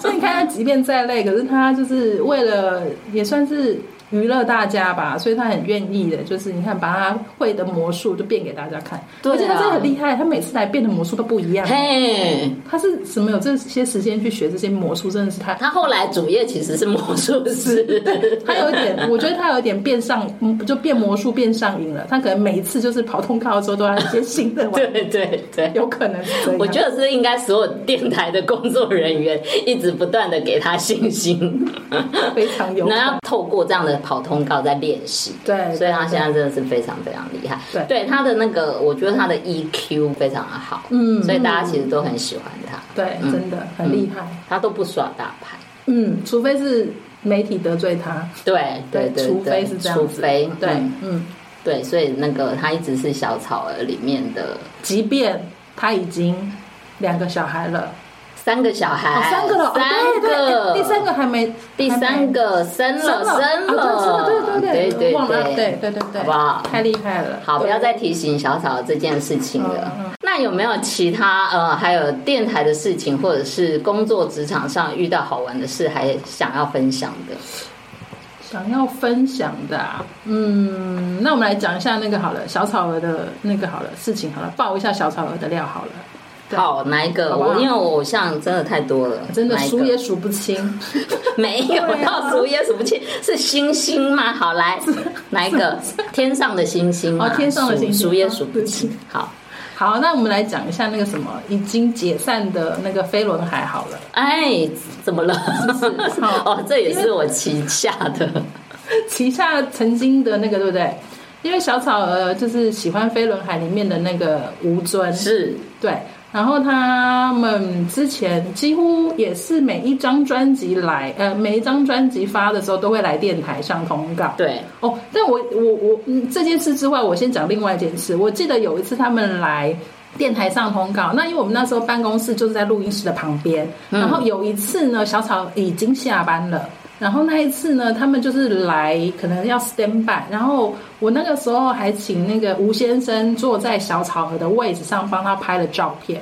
Speaker 6: 所以你看，他即便再累，可是他就是为了也算是娱乐大家吧，所以他很愿意的，就是你看把他会的魔术就变给大家看，
Speaker 4: 对啊
Speaker 6: 而且他真的很厉害，他每次来变的魔术都不一样。
Speaker 4: 嘿，
Speaker 6: 他是怎么有这些时间去学这些魔术？真的是他，
Speaker 4: 他后来主业其实是魔术师。
Speaker 6: 他有 一点，我觉得他有一点变上，嗯就变魔术变上瘾了。他可能每一次就是跑通告的时候都要一些新的玩，
Speaker 4: 对对对。
Speaker 6: 有可能是这样。
Speaker 4: 我觉得是应该所有电台的工作人员一直不断的给他信心，
Speaker 6: 非常有可
Speaker 4: 那
Speaker 6: 能。
Speaker 4: 要透过这样的跑通告在练习。
Speaker 6: 对，
Speaker 4: 所以他
Speaker 6: 对
Speaker 4: 现在真的是非常非常厉害。
Speaker 6: 对
Speaker 4: 他的那个，我觉得他的 EQ 非常的好，
Speaker 6: 嗯
Speaker 4: 所以大家其实都很喜欢他，
Speaker 6: 对，
Speaker 4: 嗯
Speaker 6: 真的很厉害。
Speaker 4: 他都不耍大牌。
Speaker 6: 嗯，除非是媒体得罪他，
Speaker 4: 对对对，
Speaker 6: 除非
Speaker 4: 对
Speaker 6: 是这样
Speaker 4: 除
Speaker 6: 子，
Speaker 4: 非
Speaker 6: 对，
Speaker 4: 嗯
Speaker 6: 嗯，
Speaker 4: 对，所以那个他一直是小草儿里面的
Speaker 6: 即便他已经两个小孩了，
Speaker 4: 三个小孩，
Speaker 6: 哦，三个了，哦
Speaker 4: 哎三
Speaker 6: 对
Speaker 4: 个，
Speaker 6: 对，第三个还没，
Speaker 4: 第
Speaker 6: 还没
Speaker 4: 三个生了，
Speaker 6: 生了，啊对对
Speaker 4: 对
Speaker 6: 对对，忘了，
Speaker 4: 对
Speaker 6: 对对对对，
Speaker 4: 好不好
Speaker 6: 太厉害了，
Speaker 4: 好，不要再提醒小草这件事情了。
Speaker 6: 嗯
Speaker 4: 那有没有其他呃，还有电台的事情，或者是工作职场上遇到好玩的事，还想要分享的？
Speaker 6: 想要分享的、啊，嗯，那我们来讲一下那个好了，小草鹅的那个好了事情好了，爆一下小草鹅的料好了，对
Speaker 4: 好，哪一个？
Speaker 6: 好不好
Speaker 4: 我因为我偶像真的太多了，
Speaker 6: 真的
Speaker 4: 哪一个
Speaker 6: 数也数不清，
Speaker 4: 没有
Speaker 6: 对啊
Speaker 4: 到数也数不清，是星星 吗？好，来哪一个？天上的星星嘛
Speaker 6: 哦天上的星星
Speaker 4: 数数也
Speaker 6: 哦
Speaker 4: 数不
Speaker 6: 对不
Speaker 4: 清
Speaker 6: 起。
Speaker 4: 好，
Speaker 6: 好，那我们来讲一下那个什么已经解散的那个飞轮海好了，
Speaker 4: 哎，怎么了？ 哦，这也是我旗下的。
Speaker 6: 旗下曾经的那个对不对？因为小草鹅就是喜欢飞轮海里面的那个吴尊，
Speaker 4: 是
Speaker 6: 对，然后他们之前几乎也是每一张专辑来，呃，每一张专辑发的时候都会来电台上通告。
Speaker 4: 对，
Speaker 6: 哦，但我我我嗯，这件事之外，我先讲另外一件事。我记得有一次他们来。电台上通告，那因为我们那时候办公室就是在录音室的旁边，然后有一次呢，小草已经下班了，然后那一次呢，他们就是来可能要 stand by，然后我那个时候还请那个吴先生坐在小草盒的位置上帮他拍了照片，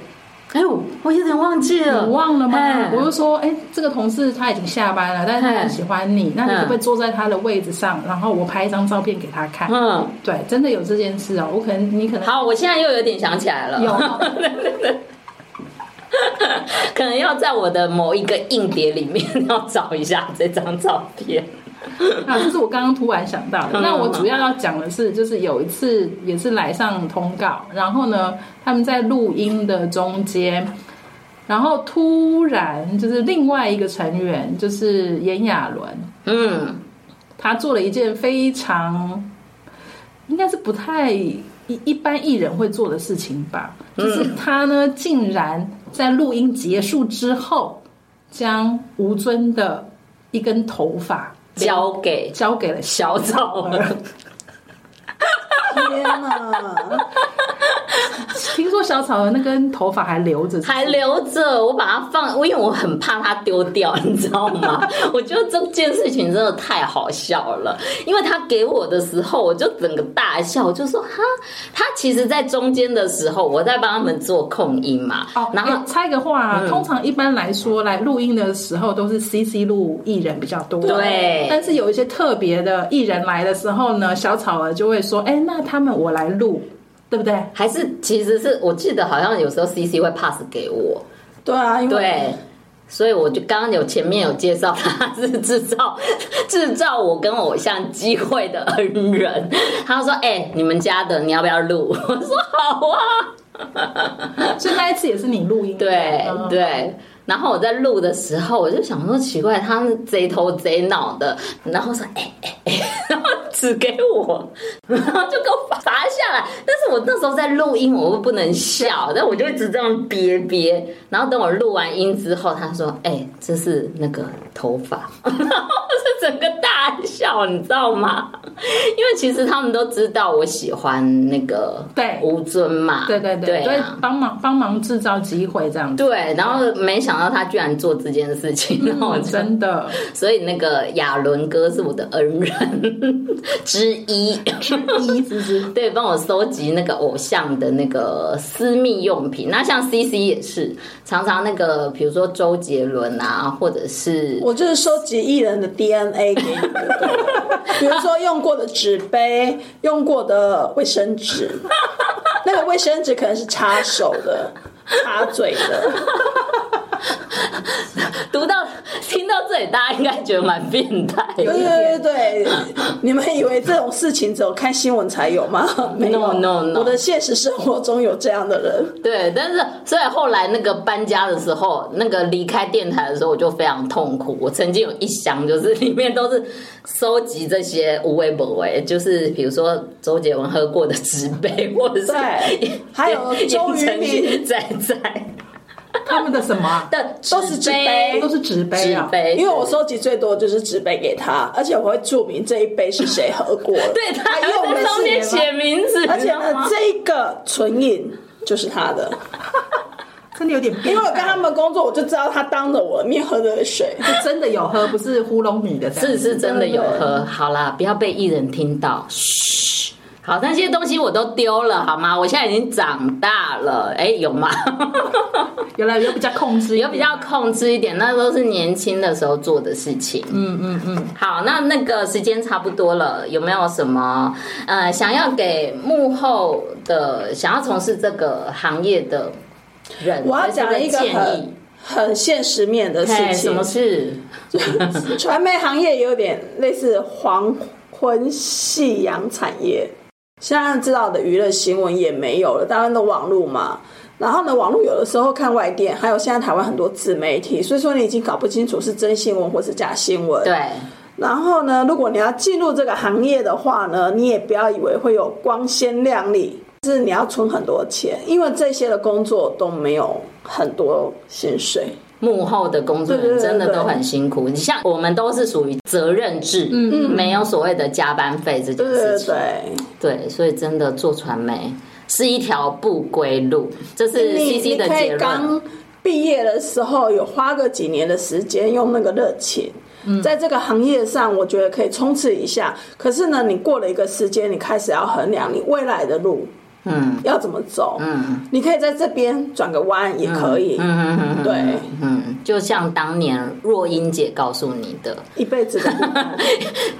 Speaker 4: 哎呦，我有点忘记了，
Speaker 6: 你忘了吗？
Speaker 4: 哎
Speaker 6: 我就说，哎、这个同事他已经下班了，但是他很喜欢你，那你可不可以坐在他的位置上，然后我拍一张照片给他看？
Speaker 4: 嗯，
Speaker 6: 对，真的有这件事哦，我可能你可能
Speaker 4: 好，我现在又有点想起来了，
Speaker 6: 有
Speaker 4: 可能要在我的某一个硬碟里面 要找一下这张照片。
Speaker 6: 啊，这是我刚刚突然想到的。
Speaker 4: 嗯
Speaker 6: 那我主要要讲的是，就是有一次也是来上通告，然后呢，他们在录音的中间，然后突然就是另外一个成员，就是炎亚纶，
Speaker 4: 嗯，
Speaker 6: 他做了一件非常，应该是不太一一般艺人会做的事情吧，就是他呢竟然在录音结束之后，将吴尊的一根头发
Speaker 4: 交给
Speaker 6: 交给了
Speaker 4: 小草儿，
Speaker 5: 天哪！
Speaker 6: 听说小草的那根头发还留着，
Speaker 4: 还留着，我把它放，因为我很怕它丢掉， 你知道吗？我觉得这件事情真的太好笑了，因为他给我的时候，我就整个大笑，我就说哈，他其实在中间的时候，我在帮他们做控音嘛，
Speaker 6: 哦，
Speaker 4: 然后
Speaker 6: 哎插一个话、
Speaker 4: 嗯
Speaker 6: 啊，通常一般来说来录音的时候都是 CC 录艺人比较多，
Speaker 4: 对
Speaker 6: 但是有一些特别的艺人来的时候呢，小草儿就会说，哎，那他们我来录，对 不对？
Speaker 4: 还是其实是我记得好像有时候 CC 会 pass 给我，
Speaker 5: 对啊，因为
Speaker 4: 对，所以我就刚刚有前面有介绍，他 是制造制造我跟偶像机会的恩人。他说：“哎、你们家的你要不要录？”我说：“好啊。
Speaker 6: 所以那一次也是你录音，
Speaker 4: 对
Speaker 6: 嗯，
Speaker 4: 对。然后我在录的时候，我就想说奇怪，他是贼头贼脑的，然后说哎哎哎，然后指给我，然后就给我砸下来。但是我那时候在录音，我又不能笑，但我就一直这样憋憋。然后等我录完音之后，他说哎、这是那个头发， 然后我是整个大笑，你知道吗？因为其实他们都知道我喜欢那个
Speaker 6: 对
Speaker 4: 吴尊嘛，
Speaker 6: 对对
Speaker 4: 对
Speaker 6: 对，所以
Speaker 4: 啊
Speaker 6: 帮忙帮忙制造机会这样子，
Speaker 4: 对，然后没想到他居然做这件事情，然后我
Speaker 6: 嗯
Speaker 4: 就，
Speaker 6: 真的。
Speaker 4: 所以那个亚伦哥是我的恩人之一，
Speaker 6: 一直直
Speaker 4: 对，帮我收集那个偶像的那个私密用品。那像 C C 也是，常常那个比如说周杰伦啊，或者是
Speaker 5: 我就是收集艺人的 DNA 给你们就对了，比如说用过的纸杯、用过的卫生纸，那个卫生纸可能是擦手的、擦嘴的，
Speaker 4: 读到听到这里，大家应该觉得蛮变态
Speaker 5: 对
Speaker 4: 的。
Speaker 5: 对对对，你们以为这种事情只有看新闻才有吗？没有
Speaker 4: no, no
Speaker 5: 我的现实生活中有这样的人，
Speaker 4: 对，但是所以后来那个搬家的时候，那个离开电台的时候，我就非常痛苦。我曾经有一箱，就是里面都是收集这些无为不为，就是比如说周杰伦喝过的纸杯， 或者是
Speaker 5: 对还有周渝
Speaker 4: 言承
Speaker 5: 民
Speaker 4: 旭在在
Speaker 6: 他们的什 么啊、
Speaker 4: 的
Speaker 5: 都是纸杯
Speaker 6: 都是纸杯
Speaker 4: 纸
Speaker 6: 啊，
Speaker 4: 杯，
Speaker 5: 因为我收集最多就是纸杯给他，而且我会注明这一杯是谁喝过的，
Speaker 4: 对他还
Speaker 5: 因为我
Speaker 4: 会在
Speaker 5: 们
Speaker 4: 上面
Speaker 5: 是
Speaker 4: 写名字，
Speaker 5: 而且
Speaker 4: 你知道
Speaker 5: 呢
Speaker 4: 吗，
Speaker 5: 这一个唇印就是他的，
Speaker 7: 真的有点变态，
Speaker 5: 因为我跟他们工作，我就知道他当着我的面喝的水。
Speaker 6: 就真的有喝，不是糊弄你的这样
Speaker 4: 是
Speaker 6: 子。
Speaker 4: 是真的有喝。好啦，不要被艺人听到。嘘，好，那些东西我都丢了，好吗？我现在已经长大了，哎、有吗？
Speaker 6: 原来有比较控制一
Speaker 4: 有
Speaker 6: 点，
Speaker 4: 比较控制一点，那都是年轻的时候做的事情。嗯嗯嗯。好，那那个时间差不多了，有没有什么呃想要给幕后的想要从事这个行业的人，
Speaker 5: 我要讲一个
Speaker 4: 建议
Speaker 5: 很，很现实面的事
Speaker 4: 嘿
Speaker 5: 情
Speaker 4: 什，么事？
Speaker 5: 传媒行业有点类似黄昏夕阳产业。现在知道的娱乐新闻也没有了，当然都网络嘛。然后呢，网络有的时候看外电，还有现在台湾很多自媒体，所以说你已经搞不清楚是真新闻或是假新闻。
Speaker 4: 对，
Speaker 5: 然后呢，如果你要进入这个行业的话呢，你也不要以为会有光鲜亮丽，就是你要存很多钱，因为这些的工作都没有很多薪水。
Speaker 4: 幕后的工作
Speaker 5: 对
Speaker 4: 人
Speaker 5: 对对
Speaker 4: 真的
Speaker 5: 对
Speaker 4: 都很辛苦。你像我们都是属于责任制，嗯嗯，没有所谓的加班费这件
Speaker 5: 对
Speaker 4: 事
Speaker 5: 对
Speaker 4: 情。
Speaker 5: 对，
Speaker 4: 对，所以真的做传媒是一条不归路，这是
Speaker 5: 哎你
Speaker 4: C
Speaker 5: 你
Speaker 4: C 的
Speaker 5: 可
Speaker 4: 结
Speaker 5: 以
Speaker 4: 论。
Speaker 5: 刚毕业的时候有花个几年的时间，用那个热情。
Speaker 4: 嗯
Speaker 5: 在这个行业上，我觉得可以冲刺一下。可是呢，你过了一个时间，你开始要衡量你未来的路
Speaker 4: 嗯
Speaker 5: 要怎么走。
Speaker 4: 嗯
Speaker 5: 你可以在这边转个弯，也可以。
Speaker 4: 嗯嗯嗯，
Speaker 5: 对，
Speaker 4: 嗯，就像当年若英姐告诉你的，
Speaker 5: 一辈子的不同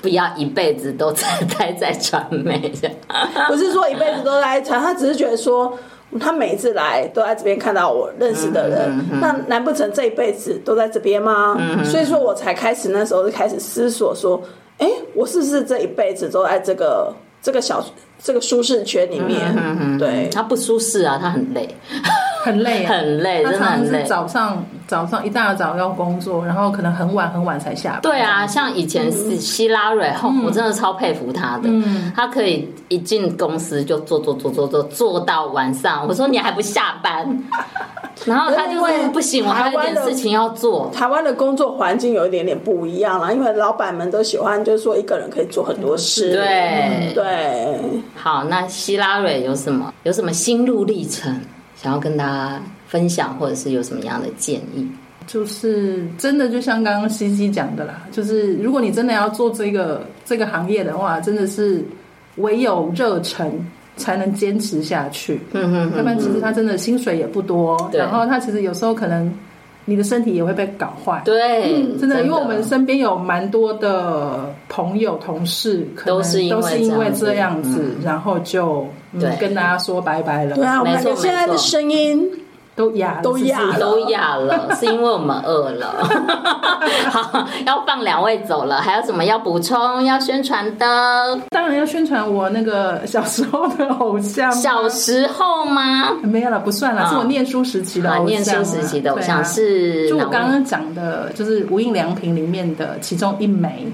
Speaker 4: 不要一辈子都在 待在传媒这样。
Speaker 5: 不是说一辈子都来传，他只是觉得说，他每一次来都在这边看到我认识的人，那难不成这一辈子都在这边吗？所以说我才开始那时候就开始思索说，哎、我是不是这一辈子都在这个这个小这个舒适圈里面？对，
Speaker 4: 她不舒适啊，她很累，
Speaker 6: 很累、啊，
Speaker 4: 很累，
Speaker 6: 他
Speaker 4: 真的
Speaker 6: 常常
Speaker 4: 很
Speaker 6: 是
Speaker 4: 累。
Speaker 6: 早上早上一大早要工作，然后可能很晚很晚才下班。
Speaker 4: 对啊，像以前是希拉蕊，吼我真的超佩服她的。她可以一进公司就做做做做做做到晚上，我说你还不下班，然后她就会不行，我还有一点事情要做。
Speaker 5: 台湾的工作环境有一点点不一样啦，因为老板们都喜欢就是说一个人可以做很多事。
Speaker 4: 嗯对，
Speaker 5: 对，
Speaker 4: 好，那希拉蕊有什么有什么心路历程想要跟大家分享，或者是有什么样的建议？
Speaker 6: 就是真的就像刚刚西西讲的啦，就是如果你真的要做这个这个行业的话，真的是唯有热忱才能坚持下去。
Speaker 4: 嗯哼
Speaker 6: 要不然其实他真的薪水也不多，
Speaker 4: 对
Speaker 6: 然后他其实有时候可能你的身体也会被搞坏。
Speaker 4: 对，
Speaker 6: 嗯真的，因为我们身边有蛮多的朋友、同事，可
Speaker 4: 都
Speaker 6: 能都
Speaker 4: 是因为
Speaker 6: 是因为
Speaker 4: 这
Speaker 6: 这
Speaker 4: 样
Speaker 6: 样
Speaker 4: 子
Speaker 6: 子，然后就、嗯
Speaker 4: 对
Speaker 6: 跟大家说拜拜了，
Speaker 5: 对啊，我们
Speaker 4: 没错
Speaker 5: 有现在
Speaker 4: 没
Speaker 5: 的
Speaker 4: 错
Speaker 5: 声音。
Speaker 6: 都哑了，
Speaker 5: 都
Speaker 6: 是不是
Speaker 5: 哑 了
Speaker 4: 都哑了，是因为我们饿 了。好，要放两位走了，还有什么要补充、要宣传的？
Speaker 6: 当然要宣传我那个小时候的偶像，啊
Speaker 4: 小时候吗？
Speaker 6: 没有了，不算了，
Speaker 4: 啊
Speaker 6: 是我念书时期的
Speaker 4: 啊，
Speaker 6: 偶像啊，
Speaker 4: 念书时期的偶像
Speaker 6: 对啊
Speaker 4: 是
Speaker 6: 就我
Speaker 4: 哪位
Speaker 6: 刚刚讲的，就是《无印良品》里面的其中一枚，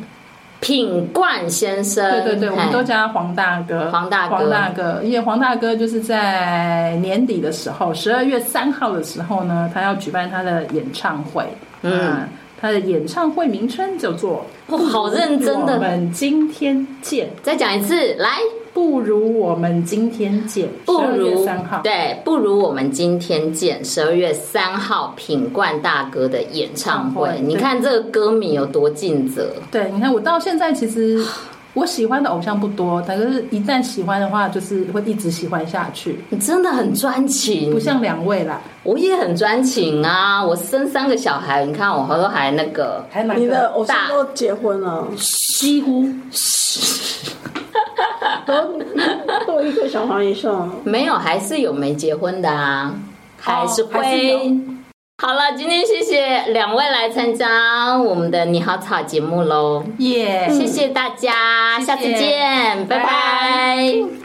Speaker 4: 品冠先生，
Speaker 6: 对对对，我们
Speaker 4: 嗯嘿
Speaker 6: 都叫他黄大哥。
Speaker 4: 黄大哥
Speaker 6: 黄大哥，因为黄大哥就是在年底的时候，十二月三号的时候呢，他要举办他的演唱会。
Speaker 4: 嗯
Speaker 6: 啊他的演唱会名称叫做
Speaker 4: 哇好认真
Speaker 6: 我
Speaker 4: 的，
Speaker 6: 们今天见，
Speaker 4: 再讲一次，来，
Speaker 6: 不如我们今天见。
Speaker 4: 不
Speaker 6: 12
Speaker 4: 如
Speaker 6: 月三号，
Speaker 4: 对，不如我们今天见。十二月三号，品冠大哥的演唱会，
Speaker 6: 演唱会
Speaker 4: 你看这个歌迷有多尽责，
Speaker 6: 对，你看我到现在其实我喜欢的偶像不多，但是一旦喜欢的话，就是会一直喜欢下去，
Speaker 4: 你真的很专情，
Speaker 6: 不像两位啦，
Speaker 4: 我也很专情啊！我生三个小孩，你看我都还那个，
Speaker 6: 还蛮
Speaker 5: 你的偶
Speaker 4: 大
Speaker 5: 像都结婚了，
Speaker 6: 几乎
Speaker 5: 都都一个小孩以上。
Speaker 4: 没有，还是有没结婚的啊，还是会。
Speaker 6: 还是有
Speaker 4: 好了，今天谢谢两位来参加我们的你好草节目喽，
Speaker 6: 耶。
Speaker 4: 谢谢大家，下次
Speaker 6: 谢谢
Speaker 4: 见，拜拜